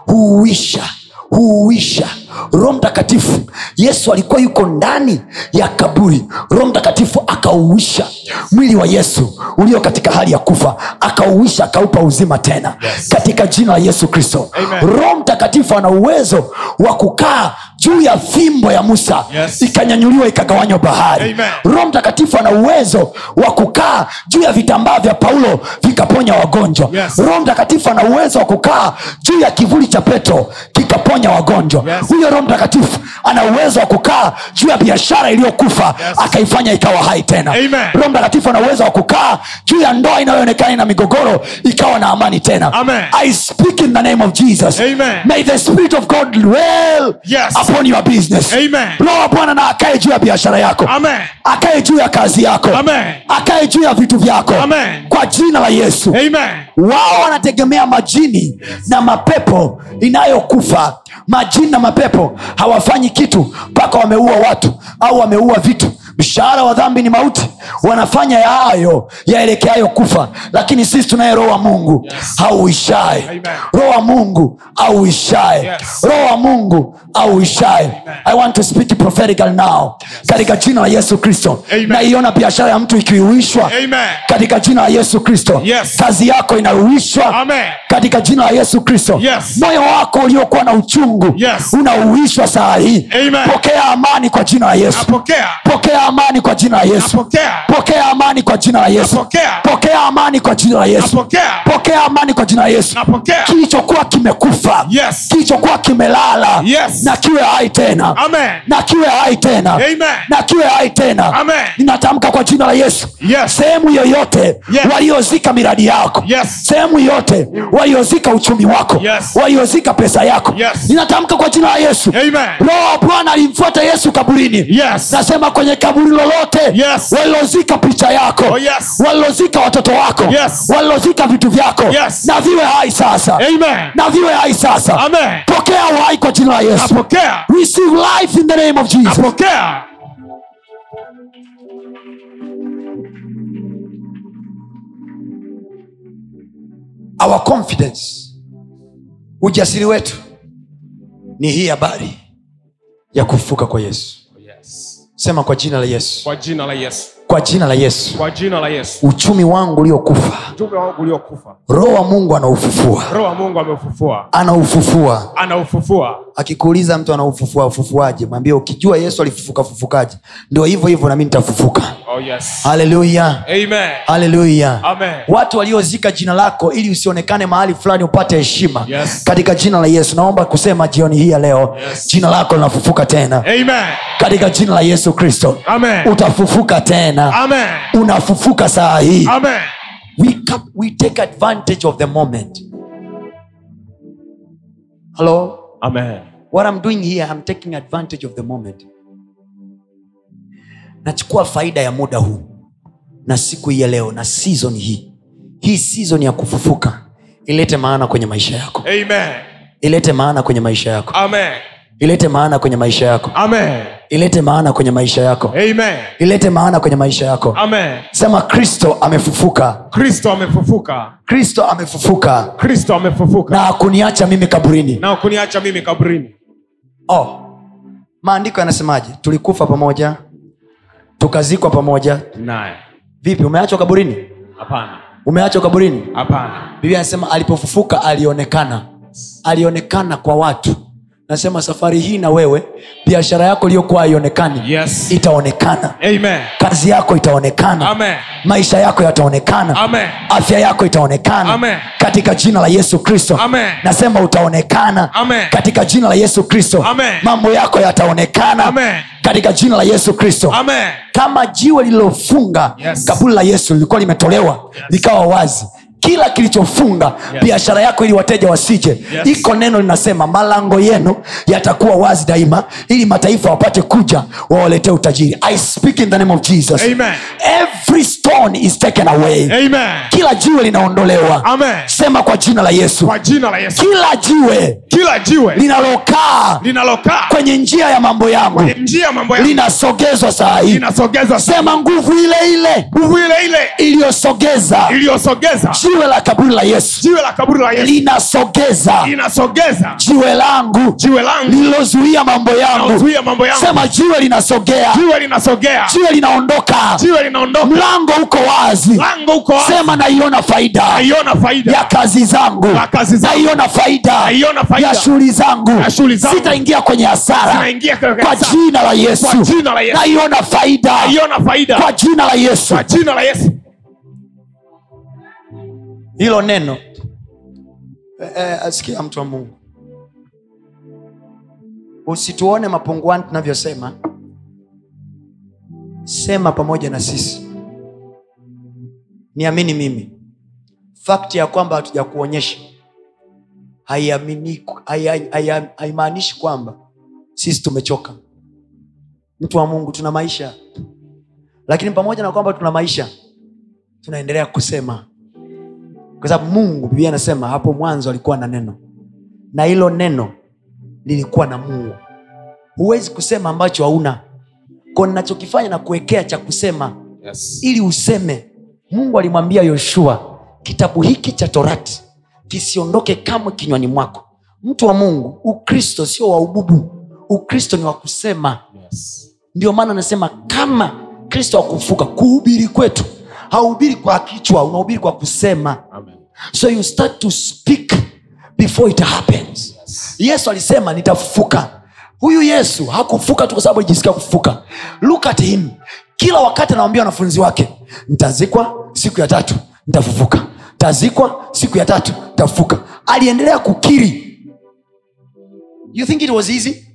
S1: huuisha huuisha roho mtakatifu yesu alikuwa yuko ndani ya kaburi roho mtakatifu akauisha mwili wa yesu ulio katika hali ya kufa akauisha akaupa uzima tena yes. katika jina la yesu kristo
S2: Amen.
S1: roho mtakatifu ana uwezo wa kukaa juu ya fimbo ya musa
S2: Yes.
S1: ikanyanyuliwa ikagawanywa bahari
S2: Amen.
S1: roho mtakatifu ana uwezo wa kukaa juu ya vitambaa vya paulo vikaponya wagonjwa
S2: Yes.
S1: roho mtakatifu ana uwezo wa kukaa juu ya kivuli cha petro kikaponya wagonjwa
S2: Yes.
S1: huyo roho mtakatifu ana uwezo wa kukaa juu ya biashara iliyokufa
S2: Yes.
S1: akaifanya ikawa hai tena
S2: Amen.
S1: roho mtakatifu ana uwezo wa kukaa juu ya ndoa inayoonekana ina migogoro ikawa na amani tena
S2: Amen.
S1: i speak in the name of jesus
S2: Amen.
S1: may the spirit of god dwell
S2: Yes.
S1: upon your business
S2: Amen.
S1: roho wa bwana na akae juu ya biashara yako
S2: Amen.
S1: akae juu ya kazi yako
S2: Amen.
S1: akae juu ya vitu vyako
S2: Amen.
S1: kwa jina la yesu
S2: Amen.
S1: wao wanategemea majini na mapepo inayokufa majini na mapepo hawafanyi kitu mpaka wameua watu au wameua vitu mshahara wa dhambi ni mauti wanafanya yayo yaelekeayo kufa lakini sisi tunaye roho wa mungu yes. hauishae
S2: Amen.
S1: roho wa mungu auishae
S2: Yes.
S1: roho wa mungu auishae i want to speak prophetical now katika jina la yesu kristo
S2: Amen.
S1: naiona biashara ya mtu ikiuishwa
S2: Amen.
S1: katika jina la yesu kristo
S2: Yes.
S1: kazi yako inauishwa
S2: Amen.
S1: katika jina la yesu kristo
S2: Yes.
S1: moyo wako uliokuwa na uchungu
S2: Yes.
S1: unauishwa saa hii
S2: Amen.
S1: pokea amani kwa jina la yesu
S2: Napokea.
S1: pokea amani kwa jina la yesu
S2: Napokea.
S1: pokea amani kwa jina la yesu
S2: Napokea.
S1: pokea amani kwa jina la yesu
S2: Napokea.
S1: pokea amani kwa jina la yesu
S2: Napokea.
S1: kilichokuwa kimekufa
S2: Yes.
S1: kilichokuwa kimelala
S2: Yes.
S1: na kiwe hai tena
S2: Amen.
S1: na kiwe hai tena
S2: Amen.
S1: na kiwe hai tena
S2: Amen.
S1: ninatamka kwa jina la yesu
S2: Yes.
S1: sehemu yoyote
S2: Yes.
S1: waliozika miradi yako
S2: Yes.
S1: sehemu yote waliozika uchumi wako
S2: Yes.
S1: waliozika pesa yako
S2: Yes.
S1: ninatamka kwa jina la yesu
S2: Amen.
S1: roho wa bwana alimfuata yesu kaburini
S2: Yes.
S1: nasema kwenye kaburi lolote
S2: Yes.
S1: walilozika picha yako
S2: Oh, yes.
S1: walilozika watoto wako
S2: Yes.
S1: walilozika vitu vyako
S2: Yes.
S1: na viwe hai sasa
S2: Amen.
S1: na viwe hai sasa
S2: Amen.
S1: pokea uhai kwa jina la yesu
S2: Napokea.
S1: receive life in the name of jesus
S2: Napokea.
S1: our confidence ujasiri wetu ni hii habari ya kufufuka kwa yesu
S2: Yes.
S1: sema kwa jina la yesu
S2: Kwa jina la Yesu.
S1: kwa jina la yesu
S2: Kwa jina la Yesu.
S1: uchumi wangu uliokufa
S2: Mjumbe wangu uliokufa.
S1: roho wa mungu anaufufua
S2: Roho wa Mungu ameufufua.
S1: anaufufua
S2: Anaufufua.
S1: akikuuliza mtu anaufufua ufufuaje mwambie ukijua yesu alifufuka fufukaje ndio hivyo hivyo nami nitafufuka
S2: Oh yes.
S1: haleluya
S2: Amen.
S1: haleluya
S2: Amen.
S1: watu waliozika jina lako ili usionekane mahali fulani upate heshima
S2: Yes.
S1: katika jina la yesu naomba kusema jioni hii ya leo
S2: Yes.
S1: jina lako linafufuka tena
S2: Amen.
S1: katika jina la yesu kristo
S2: Amen.
S1: utafufuka tena
S2: Amen.
S1: unafufuka saa hii
S2: Amen.
S1: we, come, we take advantage of the moment hello
S2: Amen.
S1: what i'm doing here i'm taking advantage of the moment nachukua faida ya muda huu na siku hii ya leo na season hii hii season ya kufufuka ilete maana kwenye maisha yako
S2: amen
S1: ilete maana kwenye maisha yako
S2: amen
S1: ilete maana kwenye maisha yako
S2: amen
S1: ilete maana kwenye maisha yako
S2: amen
S1: ilete maana kwenye maisha yako
S2: amen
S1: sema kristo amefufuka
S2: kristo amefufuka
S1: kristo amefufuka
S2: kristo
S1: na
S2: amefufuka
S1: hakuniacha mimi kaburini
S2: na kuniacha mimi kabrini
S1: oh. maandiko yanasemaje tulikufa pamoja tukazikwa pamoja
S2: naye
S1: vipi umeachwa kaburini
S2: hapana
S1: umeachwa kaburini
S2: hapana
S1: biblia anasema alipofufuka alionekana alionekana kwa watu nasema safari hii na wewe biashara yako iliyokuwa haionekani
S2: yes
S1: itaonekana
S2: amen
S1: kazi yako itaonekana
S2: amen
S1: maisha yako yataonekana
S2: amen
S1: afya yako itaonekana
S2: Amen.
S1: katika jina la yesu kristo
S2: Amen.
S1: nasema utaonekana
S2: Amen.
S1: katika jina la yesu kristo
S2: Amen.
S1: mambo yako yataonekana
S2: Amen.
S1: katika jina la yesu kristo
S2: amen
S1: kama jiwe lililofunga
S2: Yes.
S1: kaburi la yesu lilikuwa limetolewa yes. likawa wazi kila kilichofunga yes. biashara yako ili wateja wasije yes. iko neno linasema malango yenu yatakuwa wazi daima ili mataifa wapate kuja wawaletee utajiri i speak in the name of jesus
S2: Amen.
S1: every stone is taken away
S2: amen
S1: kila jiwe linaondolewa
S2: amen
S1: sema kwa jina la yesu
S2: kwa jina la yesu
S1: kila jiwe
S2: kila jiwe
S1: linalokaa
S2: linalokaa
S1: kwenye njia ya mambo yangu
S2: kwenye njia ya mambo yangu
S1: linasogezwa saa hii
S2: linasogeza
S1: sema nguvu ile ile
S2: nguvu ile ile
S1: iliyosogeza
S2: iliyosogeza
S1: jiwe la kaburi la yesu
S2: jiwe la kaburi la yesu
S1: linasogeza
S2: linasogeza
S1: jiwe langu
S2: jiwe langu
S1: lililozuia mambo yangu
S2: naozuia mambo yangu
S1: sema jiwe linasogea
S2: jiwe linasogea
S1: jiwe linaondoka
S2: jiwe linaondoka
S1: mlango uko wazi
S2: lango huko wazi.
S1: sema naiona faida
S2: naiona
S1: ya
S2: faida
S1: kazi zangu
S2: ya kazi zangu
S1: naiona faida
S2: naiona faida
S1: ya shughuli zangu
S2: Ya shughuli zangu.
S1: sitaingia kwenye hasara
S2: naingia kwenye
S1: kwa
S2: kanisa.
S1: jina la yesu
S2: Kwa jina la Yesu.
S1: naiona faida
S2: naiona
S1: kwa
S2: faida
S1: jina la yesu
S2: kwa jina la yesu
S1: hilo neno e, e, asikia mtu wa mungu usituone mapunguani tunavyosema sema pamoja na sisi niamini mimi fakti ya kwamba hatujakuonyesha haiamini- hai- hai- haimaanishi kwamba sisi tumechoka mtu wa mungu tuna maisha lakini pamoja na kwamba tuna maisha tunaendelea kusema kwa sababu mungu biblia anasema hapo mwanzo alikuwa na neno na hilo neno lilikuwa na mungu huwezi kusema ambacho hauna ko nachokifanya na kuwekea cha kusema
S2: yes.
S1: ili useme mungu alimwambia yoshua kitabu hiki cha torati kisiondoke kamwe kinywani mwako mtu wa mungu ukristo sio wa ububu ukristo ni wa kusema
S2: Yes.
S1: ndio maana anasema kama kristo akufuka kuhubiri kwetu hauhubiri kwa kichwa unahubiri kwa kusema
S2: Amen.
S1: so you start to speak before it happens yesu alisema nitafufuka huyu yesu hakufuka tu kwa sababu alijisikia kufufuka look at him kila wakati anawambia wanafunzi wake nitazikwa siku ya tatu nitafufuka tazikwa siku ya tatu nitafufuka aliendelea kukiri you think it was easy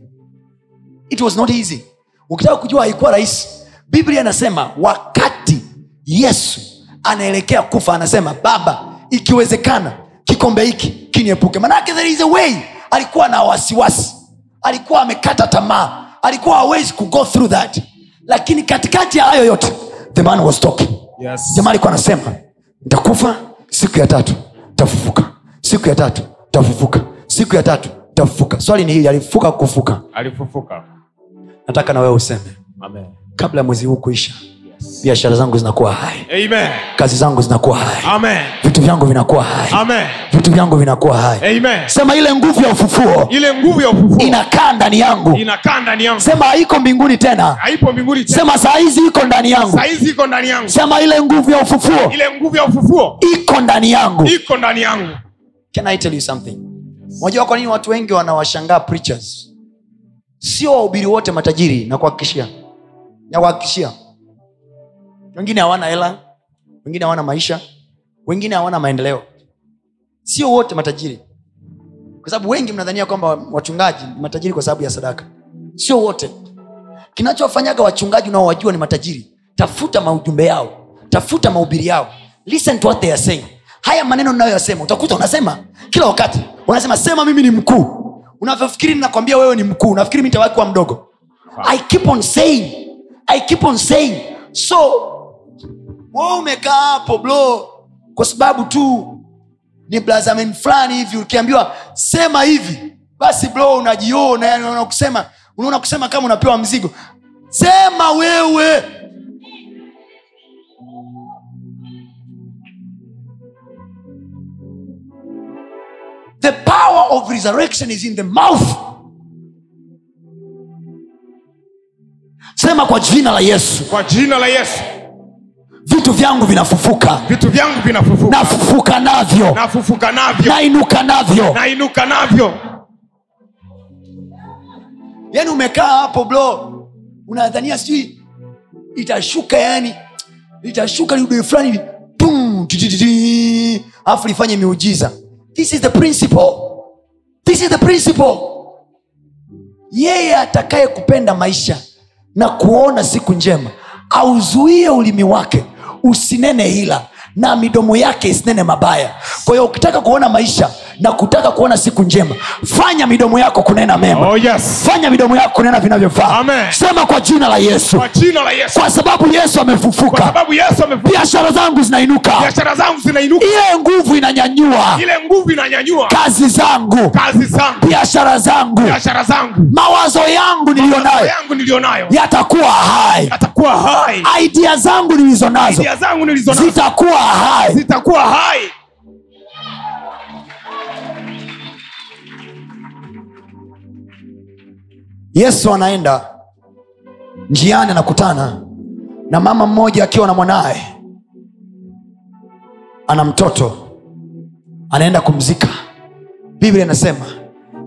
S1: it was not easy ukitaka kujua haikuwa rahisi biblia inasema wakati yesu anaelekea kufa anasema baba ikiwezekana kikombe hiki kiniepuke manake there is a way alikuwa na wasiwasi alikuwa amekata tamaa alikuwa hawezi kugo through that lakini katikati ya hayo yote the man was talking
S2: Yes.
S1: jamaa alikuwa anasema nitakufa siku ya tatu tafufuka siku ya tatu tafufuka siku ya tatu tafufuka swali ni hili alifufuka kufuka
S2: alifufuka
S1: nataka na wewe useme
S2: Amen.
S1: kabla ya mwezi huu kuisha
S2: Yes.
S1: biashara zangu zinakuwa hai
S2: Amen.
S1: kazi zangu zinakuwa hai
S2: Amen.
S1: vitu vyangu vinakuwa hai
S2: Amen.
S1: vitu vyangu vinakuwa hai
S2: Amen.
S1: sema ile nguvu ya ufufuo
S2: ile nguvu ya ufufuo
S1: inakaa ndani yangu
S2: inakaa ndani yangu
S1: sema haiko mbinguni tena
S2: haipo mbinguni tena.
S1: sema saa hizi iko ndani yangu
S2: saizi iko ndani yangu
S1: sema ile nguvu ya ufufuo
S2: ile nguvu ya ufufuo
S1: iko ndani yangu
S2: iko ndani yangu
S1: can i tell you something unajua kwa nini watu wengi wanawashangaa preachers sio wahubiri wote matajiri na kuhakikishia na kuhakikishia wengine hawana hela wengine hawana maisha wengine hawana maendeleo sio wote matajiri kwa sababu wengi mnadhania kwamba wachungaji ni matajiri kwa sababu ya sadaka sio wote kinachowafanyaga wachungaji unaowajua ni matajiri tafuta maujumbe yao tafuta mahubiri yao listen to what they are saying haya maneno ninayoyasema utakuta unasema kila wakati unasema sema mimi ni mkuu unavyofikiri ninakwambia wewe ni mkuu unafikiri mi tawakiwa mdogo i keep on saying i keep on saying so wewe umekaa hapo bro kwa sababu tu ni blazamen fulani hivi ukiambiwa sema hivi basi bro unajiona yani unaona kusema unaona kusema kama unapewa mzigo sema wewe the power of resurrection is in the mouth sema kwa jina la yesu
S2: kwa jina la yesu
S1: vitu vyangu vinafufuka
S2: vitu vyangu vinafufuka
S1: nafufuka navyo
S2: nafufuka navyo
S1: nainuka navyo
S2: nainuka navyo
S1: yani Yaani umekaa hapo bro unadhania sijui itashuka yaani, yani litashuka liudoi fulani hivi, tum, ti, ti, ti, ti, alafu lifanye miujiza this is the principle this is the principle yeye atakaye kupenda maisha na kuona siku njema auzuie ulimi wake usinene hila na midomo yake isinene mabaya kwa hiyo ukitaka kuona maisha na kutaka kuona siku njema fanya midomo yako kunena mema
S2: oh yes
S1: fanya midomo yako kunena vinavyofaa
S2: Amen.
S1: sema kwa jina la yesu
S2: kwa jina la yesu
S1: kwa sababu yesu
S2: kwa
S1: amefufuka
S2: sababu yesu amefufuka
S1: biashara zangu zinainuka
S2: biashara zangu zinainuka
S1: ile nguvu inanyanyua
S2: ile nguvu inanyanyua
S1: kazi zangu
S2: kazi zangu
S1: biashara zangu
S2: biashara zangu
S1: mawazo yangu niliyo
S2: Mawazo
S1: nayo
S2: yangu niliyo nayo
S1: yatakuwa hai
S2: atakuwa hai
S1: aidia zangu nilizo nazo
S2: njia zangu nilizo nazo
S1: zitakuwa hai
S2: zitakuwa hai
S1: yesu anaenda njiani anakutana na mama mmoja akiwa na mwanaye ana mtoto anaenda kumzika biblia inasema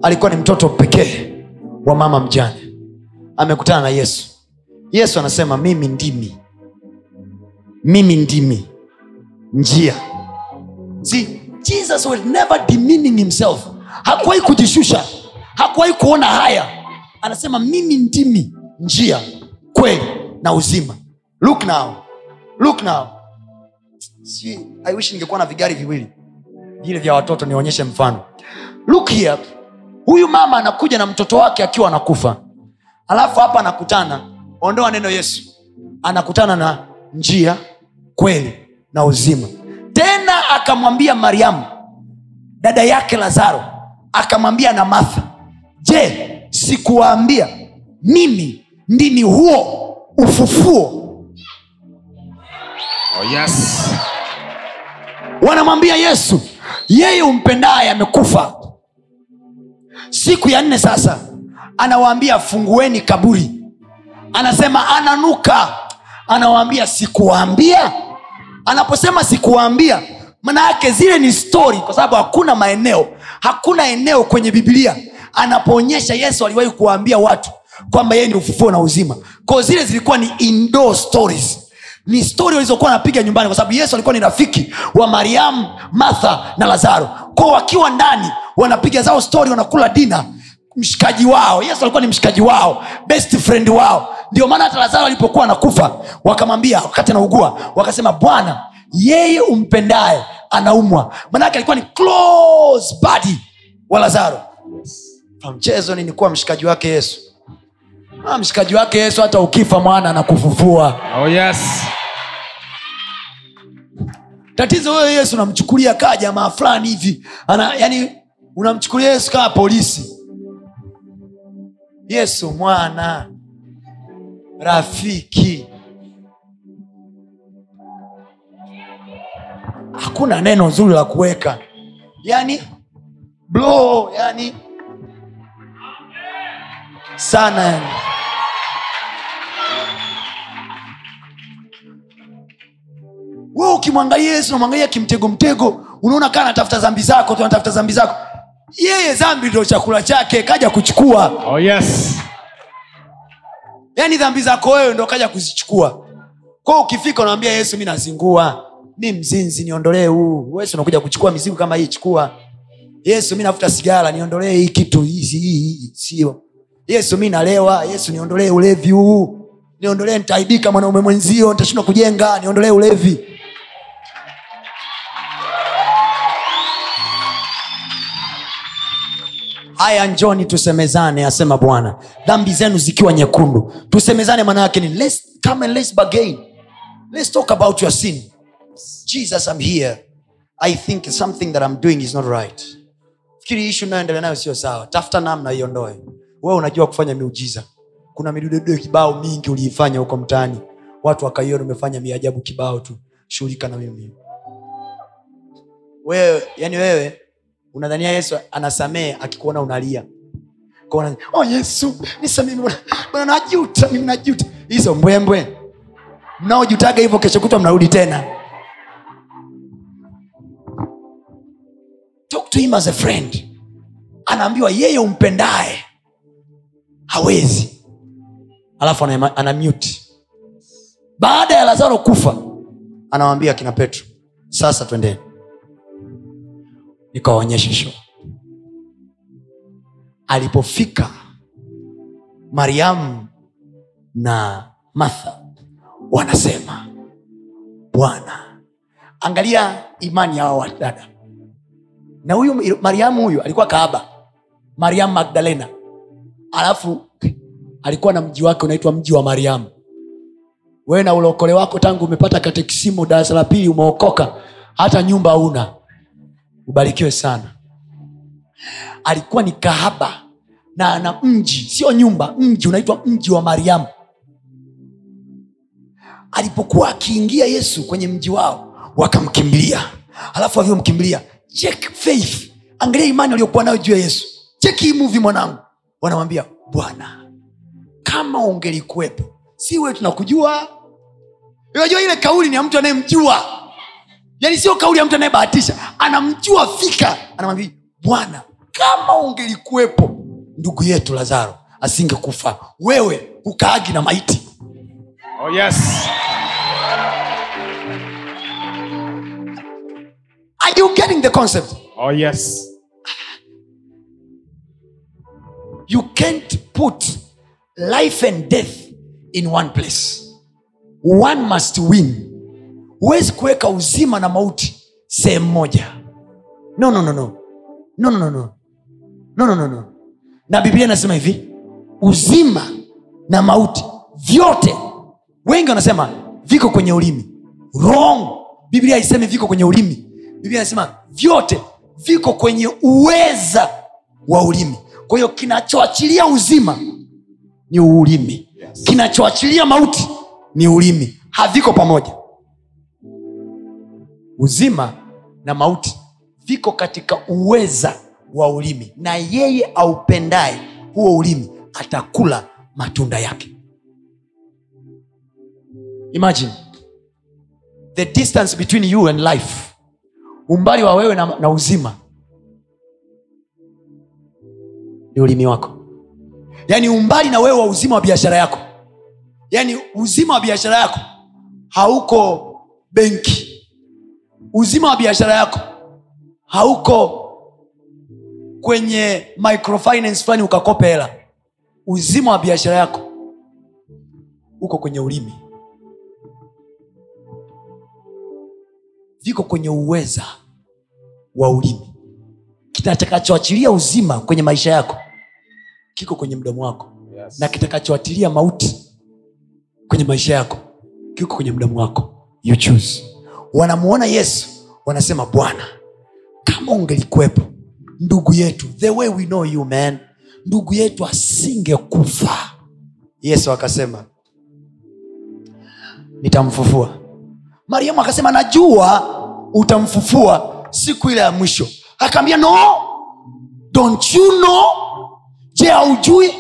S1: alikuwa ni mtoto pekee wa mama mjane amekutana na yesu yesu anasema mimi ndimi mimi ndimi njia See, jesus was never demeaning himself hakuwahi kujishusha hakuwahi kuona haya anasema mimi ndimi njia kweli na uzima look now look now Sijui, i wish ningekuwa na vigari viwili vile vya watoto nionyeshe mfano look here huyu mama anakuja na mtoto wake akiwa anakufa alafu hapa anakutana ondoa neno yesu anakutana na njia kweli na uzima tena akamwambia mariamu dada yake lazaro akamwambia na martha je sikuwaambia mimi ndimi huo ufufuo
S2: oh yes
S1: wanamwambia yesu yeye umpendaye amekufa siku ya nne sasa anawaambia fungueni kaburi anasema ananuka anawaambia sikuwaambia anaposema sikuwaambia maana yake zile ni stori kwa sababu hakuna maeneo hakuna eneo kwenye bibilia anapoonyesha yesu aliwahi kuwaambia watu kwamba yeye ni ufufuo na uzima kwao zile zilikuwa ni indoor stories ni stori walizokuwa wanapiga nyumbani kwa sababu yesu alikuwa ni rafiki wa mariamu martha na lazaro kwao wakiwa ndani wanapiga zao stori wanakula dina mshikaji wao yesu alikuwa ni mshikaji wao best friend wao ndio maana hata lazaro alipokuwa anakufa wakamwambia wakati anaugua wakasema bwana yeye umpendaye anaumwa maanake alikuwa ni close buddy wa lazaro Fa mchezo ni nikuwa mshikaji wake yesu Ah, mshikaji wake yesu hata ukifa mwana anakufufua
S2: oh yes
S1: tatizo wewe yesu unamchukulia kaa jamaa fulani hivi Ana- yani unamchukulia yesu kaa polisi yesu mwana rafiki hakuna neno zuri la kuweka yani blo yani sana yani. we ukimwangalia yesu unamwangalia kimtego mtego unaona kaa anatafuta zambi zako tu anatafuta zambi zako yeye zambi ndio chakula chake kaja kuchukua
S2: oh yes
S1: yaani dhambi zako wewe ndo kaja kuzichukua kwao ukifika unawambia yesu mi nazingua mi mzinzi niondolee huu yesu unakuja kuchukua mizigo kama hii chukua yesu mi nafuta sigara niondolee hii kitu hizi hii hii, sio yesu mi nalewa yesu niondolee ulevi huu niondolee nitaaibika mwanaume mwenzio nitashindwa kujenga niondolee ulevi haya njoni tusemezane asema bwana dhambi zenu zikiwa nyekundu tusemezane maana yake ni let's come and let's bargain let's talk about your sin jesus i'm here i think something that i'm doing is not right fikiri ishu nayoendelea nayo sio sawa tafuta namna iondoe wewe unajua kufanya miujiza kuna midudodo kibao mingi uliifanya huko mtaani watu wakaiona umefanya miajabu kibao tu shughulika na mimi wewe yani wewe unadhania yesu anasamehe akikuona unalia Kwa una- oh yesu nisamehe Bwana. bwana najuta mimi najuta hizo mbwembwe mnaojutaga hivyo kesho kutwa mnarudi tena talk to him as a friend anaambiwa yeye umpendaye hawezi alafu ana, ana mute baada ya lazaro kufa anawambia akina petro sasa twendeni nikawaonyesha show alipofika mariamu na martha wanasema bwana angalia imani ya hawa wadada na huyu mariamu huyu alikuwa kaaba mariamu magdalena alafu alikuwa na mji wake unaitwa mji wa mariamu wewe na ulokole wako tangu umepata katekisimo darasa la pili umeokoka hata nyumba una ubarikiwe sana alikuwa ni kahaba na ana mji sio nyumba mji unaitwa mji wa mariamu alipokuwa akiingia yesu kwenye mji wao wakamkimbilia alafu walivyomkimbilia check faith angalia imani waliokuwa nayo juu ya yesu cheki hii muvi mwanangu wanamwambia bwana kama ungelikuwepo siwe tunakujua unajua ile kauli ni ya mtu anayemjua yani Yaani sio kauli ya mtu anayebahatisha anamjua fika anamwambia bwana kama ungelikuwepo ndugu yetu lazaro asingekufa wewe ukaagi na maiti
S2: oh, yes.
S1: are you getting the concept
S2: Oh, yes.
S1: you can't put life and death in one place one must win huwezi kuweka uzima na mauti sehemu moja no no no no no no no no no no no no na biblia inasema hivi uzima na mauti vyote wengi wanasema viko kwenye ulimi wrong biblia haisemi viko kwenye ulimi biblia inasema vyote viko kwenye uweza wa ulimi kwa hiyo kinachoachilia uzima ni ulimi
S2: Yes.
S1: kinachoachilia mauti ni ulimi haviko pamoja uzima na mauti viko katika uweza wa ulimi na yeye aupendaye huo ulimi atakula matunda yake imagine the distance between you and life umbali wa wewe na, na uzima ni ulimi wako yaani umbali na wewe wa uzima wa biashara yako yaani uzima wa biashara yako hauko benki uzima wa biashara yako hauko kwenye microfinance fulani ukakope hela uzima wa biashara yako uko kwenye ulimi viko kwenye uweza wa ulimi kitakachoachilia uzima kwenye maisha yako kiko kwenye mdomo wako
S2: Yes.
S1: na kitakachoatilia mauti kwenye maisha yako kiko kwenye mdomo wako you choose wanamuona yesu wanasema bwana kama ungelikuwepo ndugu yetu the way we know you man ndugu yetu asingekufa yesu akasema nitamfufua mariamu akasema najua utamfufua siku ile ya mwisho akaambia no don't you know je haujui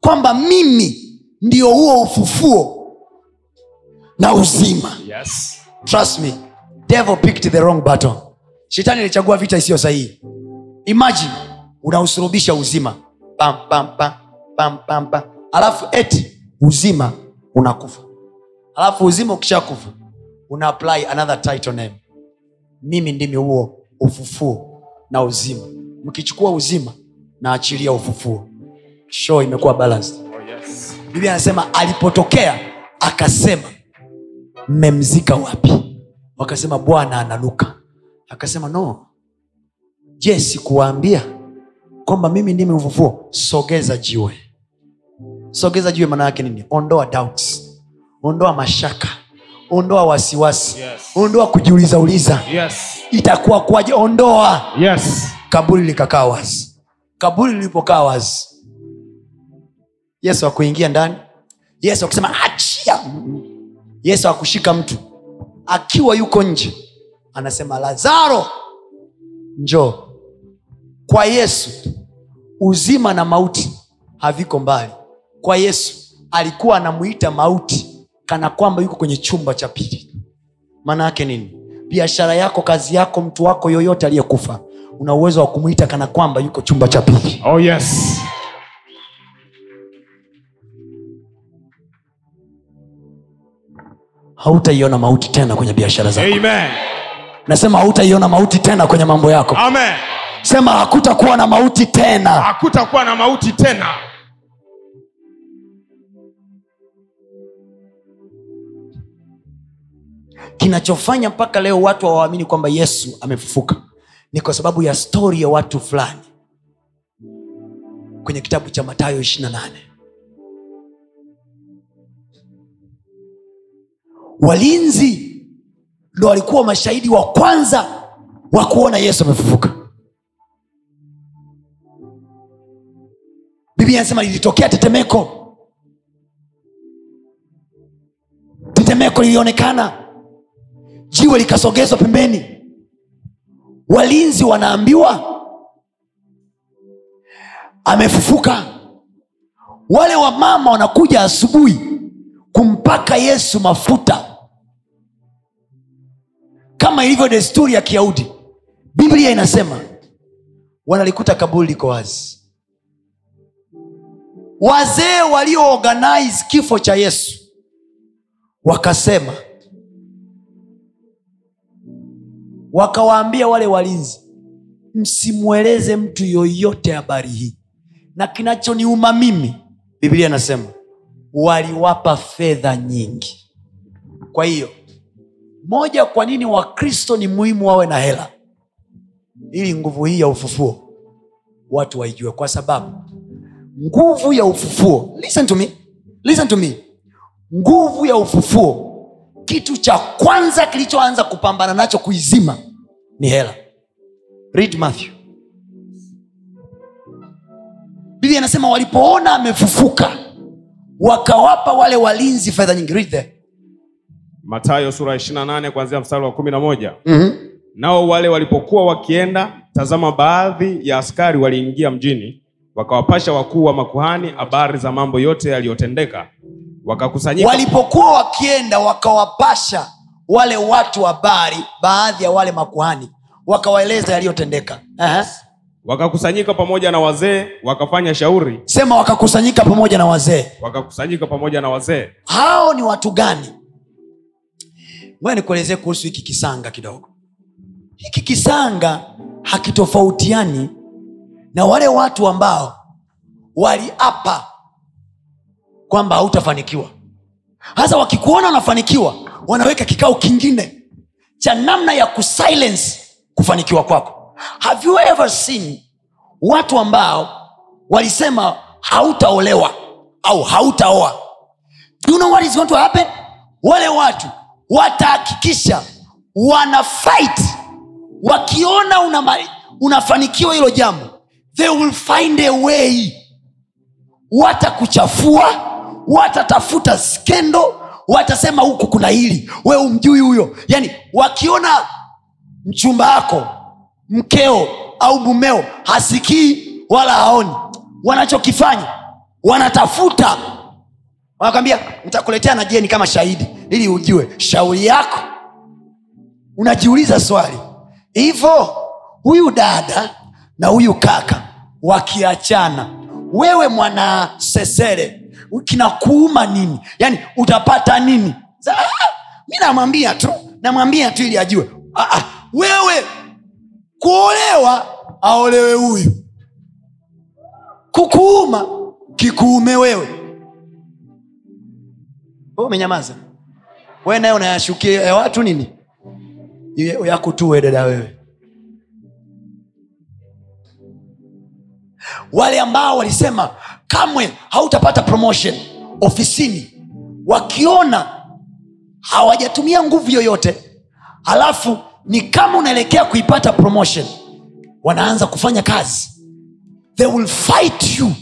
S1: kwamba mimi ndio huo ufufuo na uzima
S2: Yes.
S1: trust me devil picked the wrong battle shetani alichagua vita isiyo sahihi imagine unausurubisha uzima bam, bam, bam, bam, bam, bam. alafu eti uzima unakufa alafu uzima ukishakufa una apply another title name mimi ndimi huo ufufuo na uzima mkichukua uzima naachilia ufufuo show imekuwa balanced
S2: Oh, yes.
S1: biblia anasema alipotokea akasema mmemzika wapi wakasema bwana analuka akasema no je sikuwaambia kwamba mimi ndimi ufufuo sogeza jiwe sogeza jiwe maana yake nini ondoa doubts ondoa mashaka ondoa wasiwasi
S2: Yes.
S1: ondoa kujiuliza uliza
S2: yes
S1: itakuwa kwaje ondoa
S2: yes
S1: kaburi likakaa wazi kaburi lilipokaa wazi yesu akuingia ndani yesu akusema achia yesu akushika mtu akiwa yuko nje anasema lazaro njoo kwa yesu uzima na mauti haviko mbali kwa yesu alikuwa anamuita mauti kana kwamba yuko kwenye chumba cha pili maana yake nini biashara yako kazi yako mtu wako yoyote aliyekufa una uwezo wa kumwita kana kwamba yuko chumba cha pili
S2: oh yes
S1: hautaiona mauti tena kwenye biashara zako
S2: amen
S1: nasema hautaiona mauti tena kwenye mambo yako
S2: amen
S1: sema hakutakuwa na mauti tena
S2: hakutakuwa na mauti tena
S1: kinachofanya mpaka leo watu hawaamini kwamba yesu amefufuka ni kwa sababu ya stori ya watu fulani kwenye kitabu cha matayo 28 walinzi ndo walikuwa mashahidi wa kwanza wa kuona yesu amefufuka biblia anasema lilitokea tetemeko tetemeko lilionekana jiwe likasogezwa pembeni walinzi wanaambiwa amefufuka wale wamama wanakuja asubuhi kumpaka yesu mafuta kama ilivyo desturi ya kiyahudi biblia inasema wanalikuta kaburi liko wazi wazee walioorganize kifo cha yesu wakasema wakawaambia wale walinzi msimweleze mtu yoyote habari hii na kinachoniuma mimi biblia inasema waliwapa fedha nyingi kwa hiyo moja kwa nini wakristo ni muhimu wawe na hela ili nguvu hii ya ufufuo watu waijue kwa sababu nguvu ya ufufuo listen to me listen to me nguvu ya ufufuo kitu cha kwanza kilichoanza kupambana nacho kuizima ni hela read matthew biblia anasema walipoona amefufuka wakawapa wale walinzi fedha nyingi read there
S2: matayo sura ya 28 kuanzia mstari wa 11
S1: mm-hmm.
S2: nao wale walipokuwa wakienda tazama baadhi ya askari waliingia mjini wakawapasha wakuu wa makuhani habari za mambo yote yaliyotendeka wakakusanyika
S1: walipokuwa wakienda wakawapasha wale watu habari baadhi ya wale makuhani wakawaeleza yaliyotendeka uh-huh.
S2: wakakusanyika pamoja na wazee wakafanya shauri
S1: sema wakakusanyika pamoja na wazee
S2: wakakusanyika pamoja na wazee
S1: hao ni watu gani ngoja nikuelezee kuhusu hiki kisanga kidogo hiki kisanga hakitofautiani na wale watu ambao waliapa kwamba hautafanikiwa hasa wakikuona unafanikiwa wanaweka kikao kingine cha namna ya kusilence kufanikiwa kwako have you ever seen watu ambao walisema hautaolewa au hautaoa Do you know what is going to happen wale watu watahakikisha wana fight wakiona una mali- unafanikiwa hilo jambo they will find a way watakuchafua watatafuta skendo watasema huku kuna hili we umjui huyo yani wakiona mchumba wako mkeo au mumeo hasikii wala haoni wanachokifanya wanatafuta wanakwambia nitakuletea na jeni kama shahidi ili ujue shauri yako unajiuliza swali hivyo huyu dada na huyu kaka wakiachana wewe mwana sesere kinakuuma nini yaani utapata nini Sa- ah, ah, mi namwambia tu namwambia tu ili ajue ah, ah, wewe kuolewa aolewe huyu kukuuma kikuume wewe wewe umenyamaza we naye unayashukia ya watu nini Ya- yako tu we dada wewe wale ambao walisema kamwe hautapata promotion ofisini wakiona hawajatumia nguvu yoyote halafu ni kama unaelekea kuipata promotion wanaanza kufanya kazi they will fight you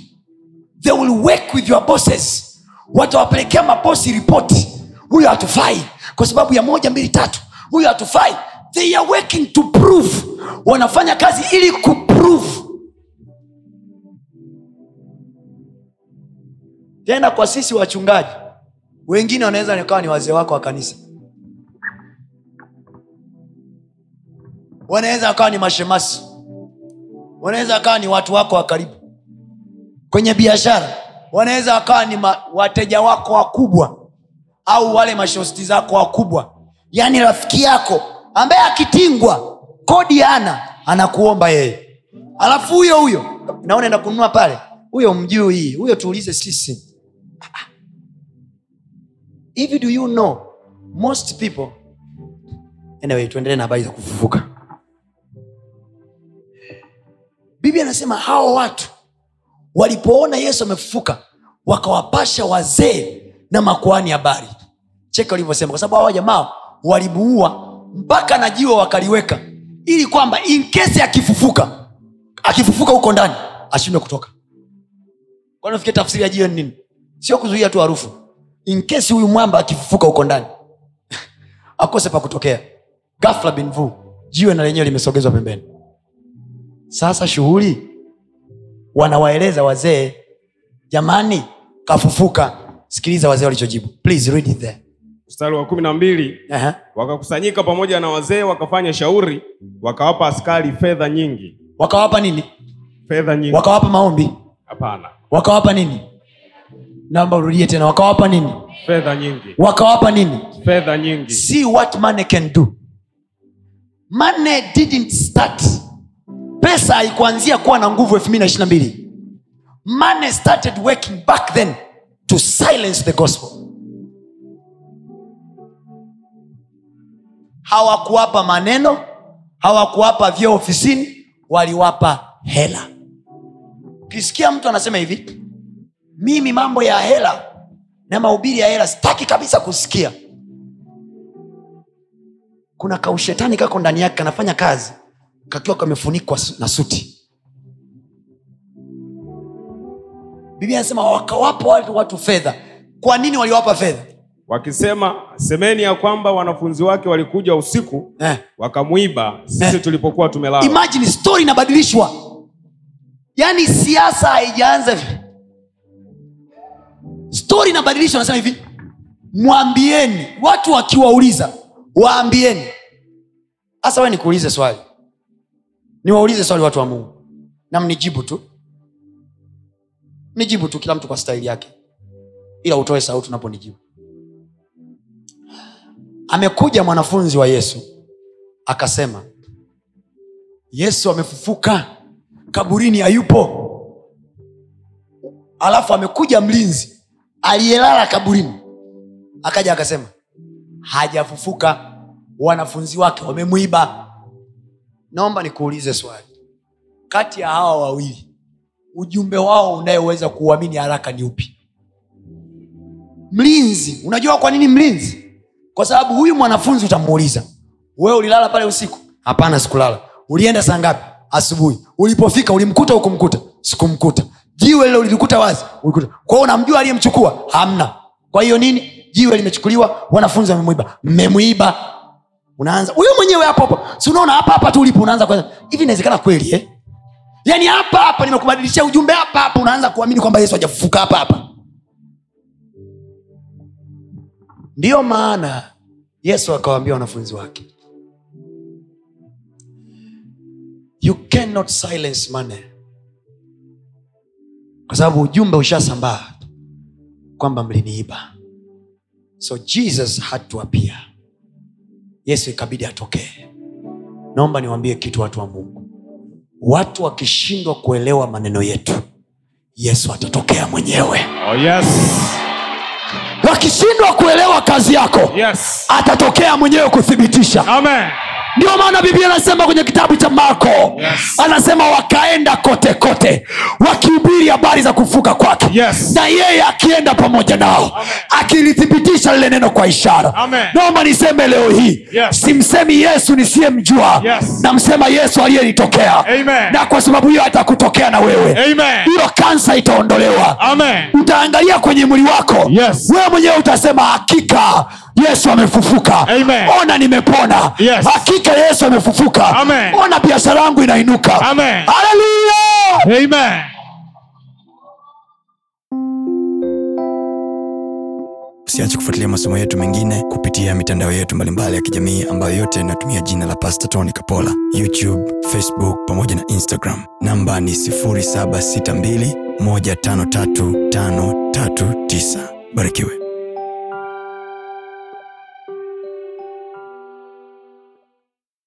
S1: they will work with your bosses watawapelekea mabosi ripoti huyo hatufai kwa sababu ya moja mbili tatu huyo hatufai they are working to prove wanafanya kazi ili kuprove tena kwa sisi wachungaji wengine wanaweza nikawa ni wazee wako wa kanisa wanaweza wakawa ni mashemasi wanaweza wakawa ni watu wako wa karibu kwenye biashara wanaweza wakawa ni ma- wateja wako wakubwa au wale mashosti zako wakubwa yaani rafiki yako ambaye akitingwa kodi ana anakuomba yeye alafu huyo huyo naona enda kununua pale huyo mjui hii huyo tuulize sisi Ah, ah. hivi do you know most people anyway tuendelee na habari za kufufuka biblia anasema hawa watu walipoona yesu amefufuka wakawapasha wazee na makuani habari cheka ulivyosema kwa sababu hawa jamaa walimuua mpaka na jiwa wakaliweka ili kwamba inkesi akifufuka akifufuka huko ndani ashindwe kutoka kwanafikia tafsiri ya jiwe ni nini sio kuzuia tu harufu inkesi huyu mwamba akifufuka huko ndani (laughs) akose pa kutokea gafla binvu jiwe na lenyewe limesogezwa pembeni sasa shughuli wanawaeleza wazee jamani kafufuka sikiliza wazee walichojibu please read it there
S2: mstari wa kumi na mbili
S1: Aha.
S2: wakakusanyika pamoja na wazee wakafanya shauri wakawapa askari fedha nyingi
S1: wakawapa nini
S2: fedha nyingi
S1: wakawapa maombi
S2: hapana
S1: wakawapa nini naomba urudie tena wakawapa nini
S2: fedha nyingi
S1: wakawapa nini
S2: fedha nyingi
S1: see what money can do money didn't start pesa haikuanzia kuwa na nguvu 222 money started working back then to silence the gospel hawakuwapa maneno hawakuwapa vyeo ofisini waliwapa hela ukisikia mtu anasema hivi mimi mambo ya hela na mahubiri ya hela sitaki kabisa kusikia kuna kaushetani kako ndani yake kanafanya kazi kakiwa kamefunikwa su- na suti biblia anasema wakawapa watu, watu fedha kwa nini waliwapa fedha
S2: wakisema semeni ya kwamba wanafunzi wake walikuja usiku
S1: eh.
S2: wakamwiba sisi
S1: Eh.
S2: tulipokuwa tumelala
S1: imagine story inabadilishwa yaani siasa haijaanza vi- story inabadilishwa anasema hivi mwambieni watu wakiwauliza waambieni hasa we nikuulize swali niwaulize swali watu wa mungu na mnijibu tu nijibu tu kila mtu kwa staili yake ila utoe sauti unaponijibu amekuja mwanafunzi wa yesu akasema yesu amefufuka kaburini hayupo alafu amekuja mlinzi aliyelala kaburini akaja akasema hajafufuka wanafunzi wake wamemwiba naomba nikuulize swali kati ya hawa wawili ujumbe wao unayeweza kuuamini haraka ni upi mlinzi unajua kwa nini mlinzi kwa sababu huyu mwanafunzi utamuuliza wewe ulilala pale usiku hapana sikulala ulienda saa ngapi asubuhi ulipofika ulimkuta ukumkuta sikumkuta jiwe lile ulilikuta wazi ulikuta kwa hiyo unamjua aliyemchukua hamna kwa hiyo nini jiwe limechukuliwa wanafunzi wamemwiba mmemwiba unaanza huyo mwenyewe hapo hapo si unaona hapa hapa tu ulipo unaanza kwanza hivi inawezekana kweli eh? yaani hapa hapa nimekubadilishia ujumbe hapa hapa unaanza kuamini kwamba yesu hajafufuka hapa hapa ndiyo maana yesu akawaambia wanafunzi wake you cannot silence money kwa sababu ujumbe ushasambaa kwamba mliniiba so jesus had to appear yesu ikabidi atokee naomba niwaambie kitu watu wa mungu watu wakishindwa kuelewa maneno yetu yesu atatokea mwenyewe
S2: oh, yes.
S1: wakishindwa kuelewa kazi yako
S2: Yes.
S1: atatokea mwenyewe kuthibitisha
S2: Amen.
S1: ndio maana biblia anasema kwenye kitabu cha marko
S2: Yes.
S1: anasema wakaenda kote kote wakihubiri habari za kufuka kwake
S2: Yes.
S1: na yeye akienda pamoja nao akilithibitisha lile neno kwa ishara
S2: Amen.
S1: naomba niseme leo hii
S2: Yes.
S1: simsemi yesu nisiyemjua
S2: Yes.
S1: namsema yesu aliyenitokea
S2: Amen.
S1: na kwa sababu hiyo atakutokea na wewe
S2: Amen.
S1: hiyo kansa itaondolewa
S2: Amen.
S1: utaangalia kwenye mwili wako
S2: Yes.
S1: wewe mwenyewe utasema hakika yesu amefufuka
S2: Amen.
S1: ona nimepona
S2: Yes.
S1: hakika yesu amefufuka
S2: Amen.
S1: ona biashara yangu inainuka
S2: Amen.
S1: Hallelujah!
S2: Amen.
S3: usiache kufuatilia masomo yetu mengine kupitia mitandao yetu mbalimbali ya kijamii ambayo yote inatumia jina la pasta tony kapola youtube facebook pamoja na instagram namba ni 762153539 barikiwe